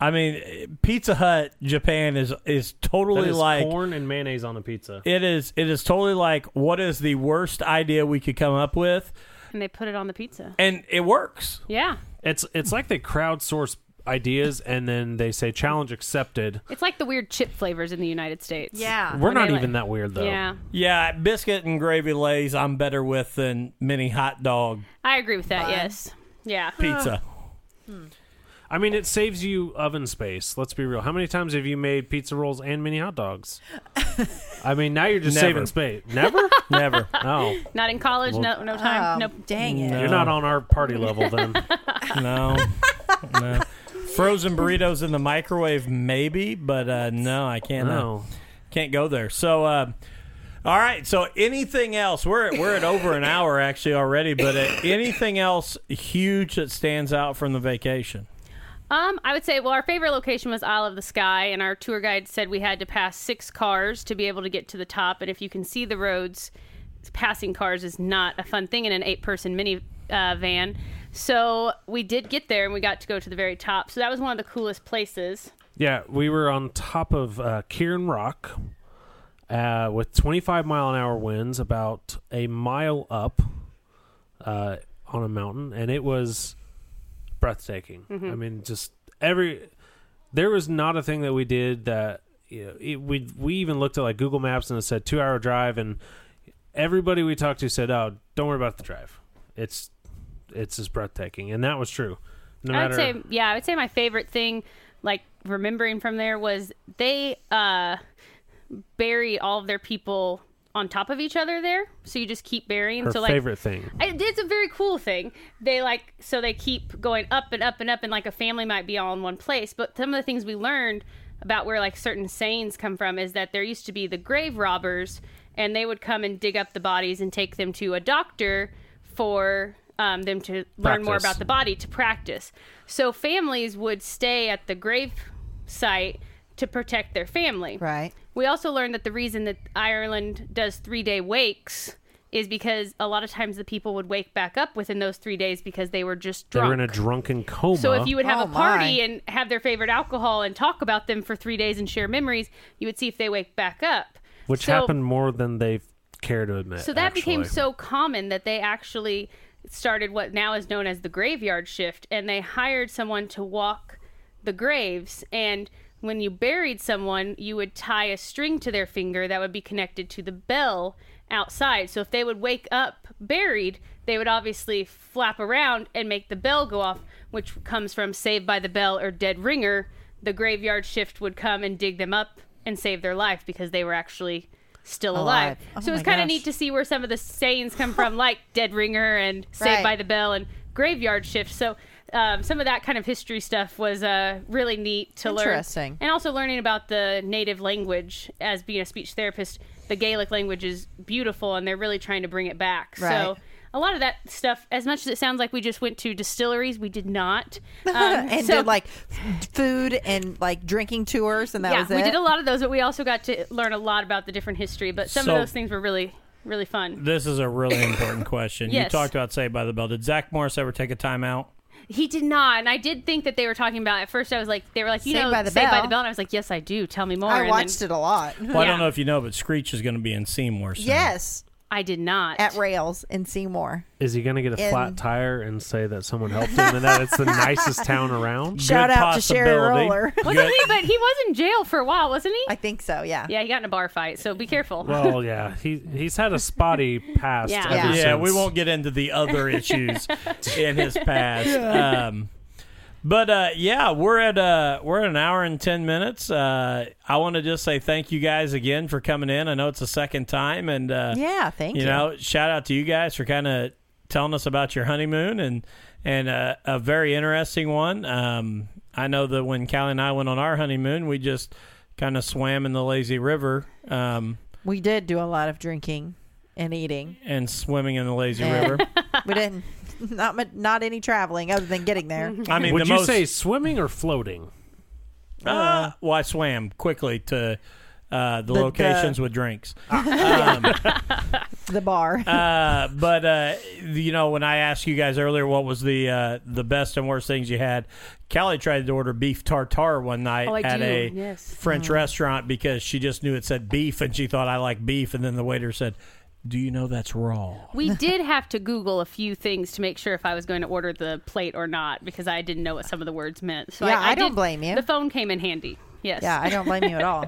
[SPEAKER 1] I mean, Pizza Hut Japan is is totally
[SPEAKER 4] that is
[SPEAKER 1] like
[SPEAKER 4] corn and mayonnaise on a pizza.
[SPEAKER 1] it is. It is totally like what is the worst idea we could come up with,
[SPEAKER 2] And they put it on the pizza.
[SPEAKER 1] and it works.
[SPEAKER 2] Yeah.
[SPEAKER 4] It's it's like they crowdsource ideas and then they say challenge accepted.
[SPEAKER 2] It's like the weird chip flavors in the United States.
[SPEAKER 3] Yeah.
[SPEAKER 4] We're not
[SPEAKER 2] Really?
[SPEAKER 4] even that weird though.
[SPEAKER 2] Yeah.
[SPEAKER 1] Yeah, biscuit and gravy lays I'm better with than mini hot dog
[SPEAKER 2] I agree with that. Yes. Yeah.
[SPEAKER 1] pizza.
[SPEAKER 4] I mean, it saves you oven space. Let's be real. How many times have you made pizza rolls and mini hot dogs? I mean, now you're just
[SPEAKER 1] Never.
[SPEAKER 4] saving space. Never?
[SPEAKER 1] Never.
[SPEAKER 4] No.
[SPEAKER 2] Not in college. no. No time.
[SPEAKER 3] Oh,
[SPEAKER 2] no.
[SPEAKER 3] Dang it.
[SPEAKER 4] You're not on our party level then.
[SPEAKER 1] No. No. Frozen burritos in the microwave maybe, but uh, no, I can't uh,
[SPEAKER 4] No.
[SPEAKER 1] can't go there. So uh, all right, so anything else? We're at, we're at over an hour actually already, but uh, anything else huge that stands out from the vacation?
[SPEAKER 2] Um, I would say, well, our favorite location was Isle of the Sky, and our tour guide said we had to pass six cars to be able to get to the top. And if you can see the roads, passing cars is not a fun thing in an eight-person mini uh, van. So we did get there, and we got to go to the very top. So that was one of the coolest places.
[SPEAKER 4] Yeah, we were on top of uh, Kieran Rock uh, with 25 mile an hour winds, about a mile up uh, on a mountain, and it was breathtaking.
[SPEAKER 2] Mm-hmm.
[SPEAKER 4] I mean, just every there was not a thing that we did that you know, it, we we even looked at like Google Maps and it said two hour drive, and everybody we talked to said, "Oh, don't worry about the drive. It's it's just breathtaking," and that was true. No
[SPEAKER 2] I would
[SPEAKER 4] matter
[SPEAKER 2] say, yeah, I would say my favorite thing, like remembering from there, was they uh, bury all of their people on top of each other there. So you just keep burying.
[SPEAKER 4] her
[SPEAKER 2] so like
[SPEAKER 4] favorite thing.
[SPEAKER 2] I- it's a very cool thing. They like so they keep going up and up and up, and like a family might be all in one place. But some of the things we learned about where like certain sayings come from is that there used to be the grave robbers, and they would come and dig up the bodies and take them to a doctor for um, them to learn more
[SPEAKER 4] Practice.
[SPEAKER 2] about the body to practice. So families would stay at the grave site to protect their family.
[SPEAKER 3] Right.
[SPEAKER 2] We also learned that the reason that Ireland does three day wakes is because a lot of times the people would wake back up within those three days because they were just
[SPEAKER 4] They
[SPEAKER 2] drunk.
[SPEAKER 4] were in a drunken coma.
[SPEAKER 2] so if you would have
[SPEAKER 3] Oh,
[SPEAKER 2] a party
[SPEAKER 3] my.
[SPEAKER 2] and have their favorite alcohol and talk about them for three days and share memories, you would see if they wake back up.
[SPEAKER 4] which
[SPEAKER 2] So-
[SPEAKER 4] happened more than they care to admit.
[SPEAKER 2] So that became
[SPEAKER 4] actually.
[SPEAKER 2] so common that they actually started what now is known as the graveyard shift, and they hired someone to walk the graves. And when you buried someone, you would tie a string to their finger that would be connected to the bell outside. So if they would wake up buried, they would obviously flap around and make the bell go off, which comes from Saved by the Bell or Dead Ringer. The graveyard shift would come and dig them up and saved their life because they were actually still
[SPEAKER 3] Alive.
[SPEAKER 2] alive.
[SPEAKER 3] Oh
[SPEAKER 2] so it was
[SPEAKER 3] my
[SPEAKER 2] kind
[SPEAKER 3] gosh.
[SPEAKER 2] of neat to see where some of the sayings come from, like Dead Ringer and Saved
[SPEAKER 3] Right.
[SPEAKER 2] by the Bell and Graveyard Shift. So um, some of that kind of history stuff was uh, really neat to learn.
[SPEAKER 3] Interesting.
[SPEAKER 2] And also learning about the native language as being a speech therapist. The Gaelic language is beautiful and they're really trying to bring it back.
[SPEAKER 3] Right.
[SPEAKER 2] So a lot of that stuff, as much as it sounds like we just went to distilleries, we did not. Um,
[SPEAKER 3] and
[SPEAKER 2] so-
[SPEAKER 3] did like f- food and like drinking tours, and that
[SPEAKER 2] yeah,
[SPEAKER 3] was it.
[SPEAKER 2] we did a lot of those, but we also got to learn a lot about the different history. But some
[SPEAKER 1] So-
[SPEAKER 2] of those things were really, really fun.
[SPEAKER 1] This is a really important question. You
[SPEAKER 2] Yes.
[SPEAKER 1] talked about Saved by the Bell. Did Zach Morris ever take a timeout?
[SPEAKER 2] He did not, and I did think that they were talking about. At first, I was like, they were like, you
[SPEAKER 3] Saved
[SPEAKER 2] know,
[SPEAKER 3] by the
[SPEAKER 2] Saved by
[SPEAKER 3] Bell.
[SPEAKER 2] the Bell, and I was like, yes, I do. Tell me more.
[SPEAKER 3] I
[SPEAKER 2] and
[SPEAKER 3] watched
[SPEAKER 2] then
[SPEAKER 3] it a lot.
[SPEAKER 1] Well, I
[SPEAKER 2] Yeah.
[SPEAKER 1] don't know if you know, but Screech is going to be in Seymour. Soon.
[SPEAKER 3] Yes,
[SPEAKER 2] I did not.
[SPEAKER 3] at Rails in Seymour.
[SPEAKER 4] Is he going to get a
[SPEAKER 3] In-
[SPEAKER 4] flat tire and say that someone helped him and that it's the nicest town around?
[SPEAKER 3] Shout
[SPEAKER 1] Good
[SPEAKER 3] out to Sherry
[SPEAKER 1] possibility.
[SPEAKER 3] Roller.
[SPEAKER 2] wasn't he? But he was in jail for a while, wasn't he?
[SPEAKER 3] I think so. Yeah.
[SPEAKER 2] yeah, he got in a bar fight, so be careful.
[SPEAKER 4] Well, yeah, he he's had a spotty past.
[SPEAKER 2] Yeah.
[SPEAKER 4] ever
[SPEAKER 3] Yeah.
[SPEAKER 1] Yeah, we
[SPEAKER 4] since.
[SPEAKER 1] won't get into the other issues in his past. Um, but uh, yeah, we're at uh, we're at an hour and ten minutes. Uh, I want to just say thank you guys again for coming in. I know it's the second time, and uh,
[SPEAKER 3] Yeah. Thank
[SPEAKER 1] you,
[SPEAKER 3] you.
[SPEAKER 1] know, shout out to you guys for kind of telling us about your honeymoon and and uh, a very interesting one. Um, I know that when Callie and I went on our honeymoon, we just kind of swam in the lazy river um,
[SPEAKER 3] we did do a lot of drinking and eating.
[SPEAKER 1] and swimming in the lazy
[SPEAKER 3] Yeah.
[SPEAKER 1] river.
[SPEAKER 3] We didn't. Not mu- not any traveling other than getting there.
[SPEAKER 1] I mean,
[SPEAKER 4] Would
[SPEAKER 1] the
[SPEAKER 4] you
[SPEAKER 1] most,
[SPEAKER 4] say swimming or floating?
[SPEAKER 1] Uh, well, I swam quickly to uh, Ah. the,
[SPEAKER 3] the-
[SPEAKER 1] locations with drinks. Um,
[SPEAKER 3] The bar.
[SPEAKER 1] Uh, but uh, you know, when I asked you guys earlier what was the uh, the best and worst things you had, Callie tried to order beef tartare one night
[SPEAKER 2] Oh, I
[SPEAKER 1] at
[SPEAKER 2] do,
[SPEAKER 1] a
[SPEAKER 2] yes. Uh-huh.
[SPEAKER 1] French restaurant because she just knew it said beef and she thought I like beef, and then the waiter said, "Do you know that's raw?"
[SPEAKER 2] We did have to Google a few things to make sure if I was going to order the plate or not because I didn't know what some of the words meant. So
[SPEAKER 3] Yeah,
[SPEAKER 2] I,
[SPEAKER 3] I don't
[SPEAKER 2] did-
[SPEAKER 3] blame you.
[SPEAKER 2] The phone came in handy. Yes.
[SPEAKER 3] yeah, I don't blame you at all.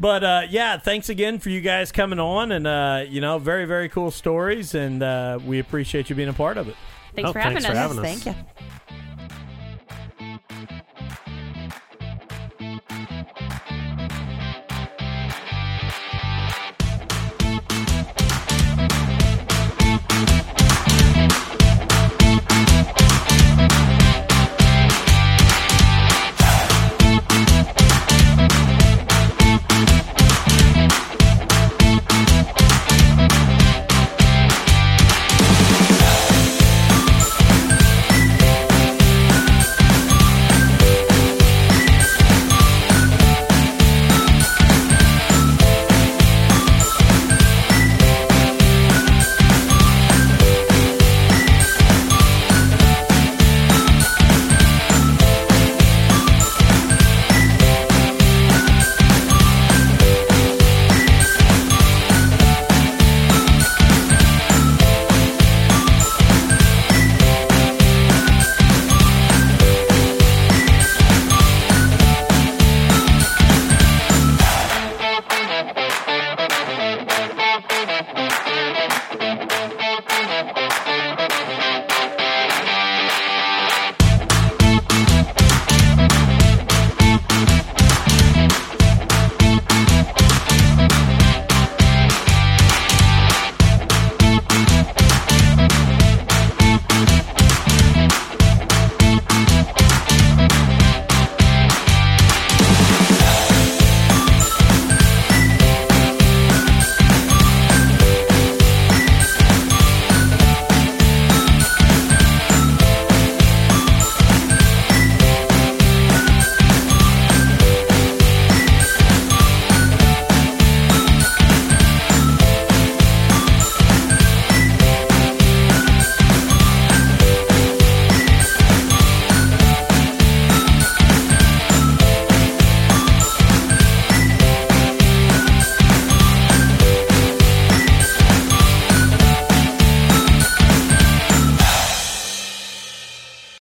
[SPEAKER 1] But uh, yeah, thanks again for you guys coming on, and uh, you know, very very cool stories, and uh, we appreciate you being a part of it.
[SPEAKER 2] Thanks
[SPEAKER 4] Oh,
[SPEAKER 2] for having
[SPEAKER 4] thanks
[SPEAKER 2] us.
[SPEAKER 4] for having us.
[SPEAKER 3] Thank you.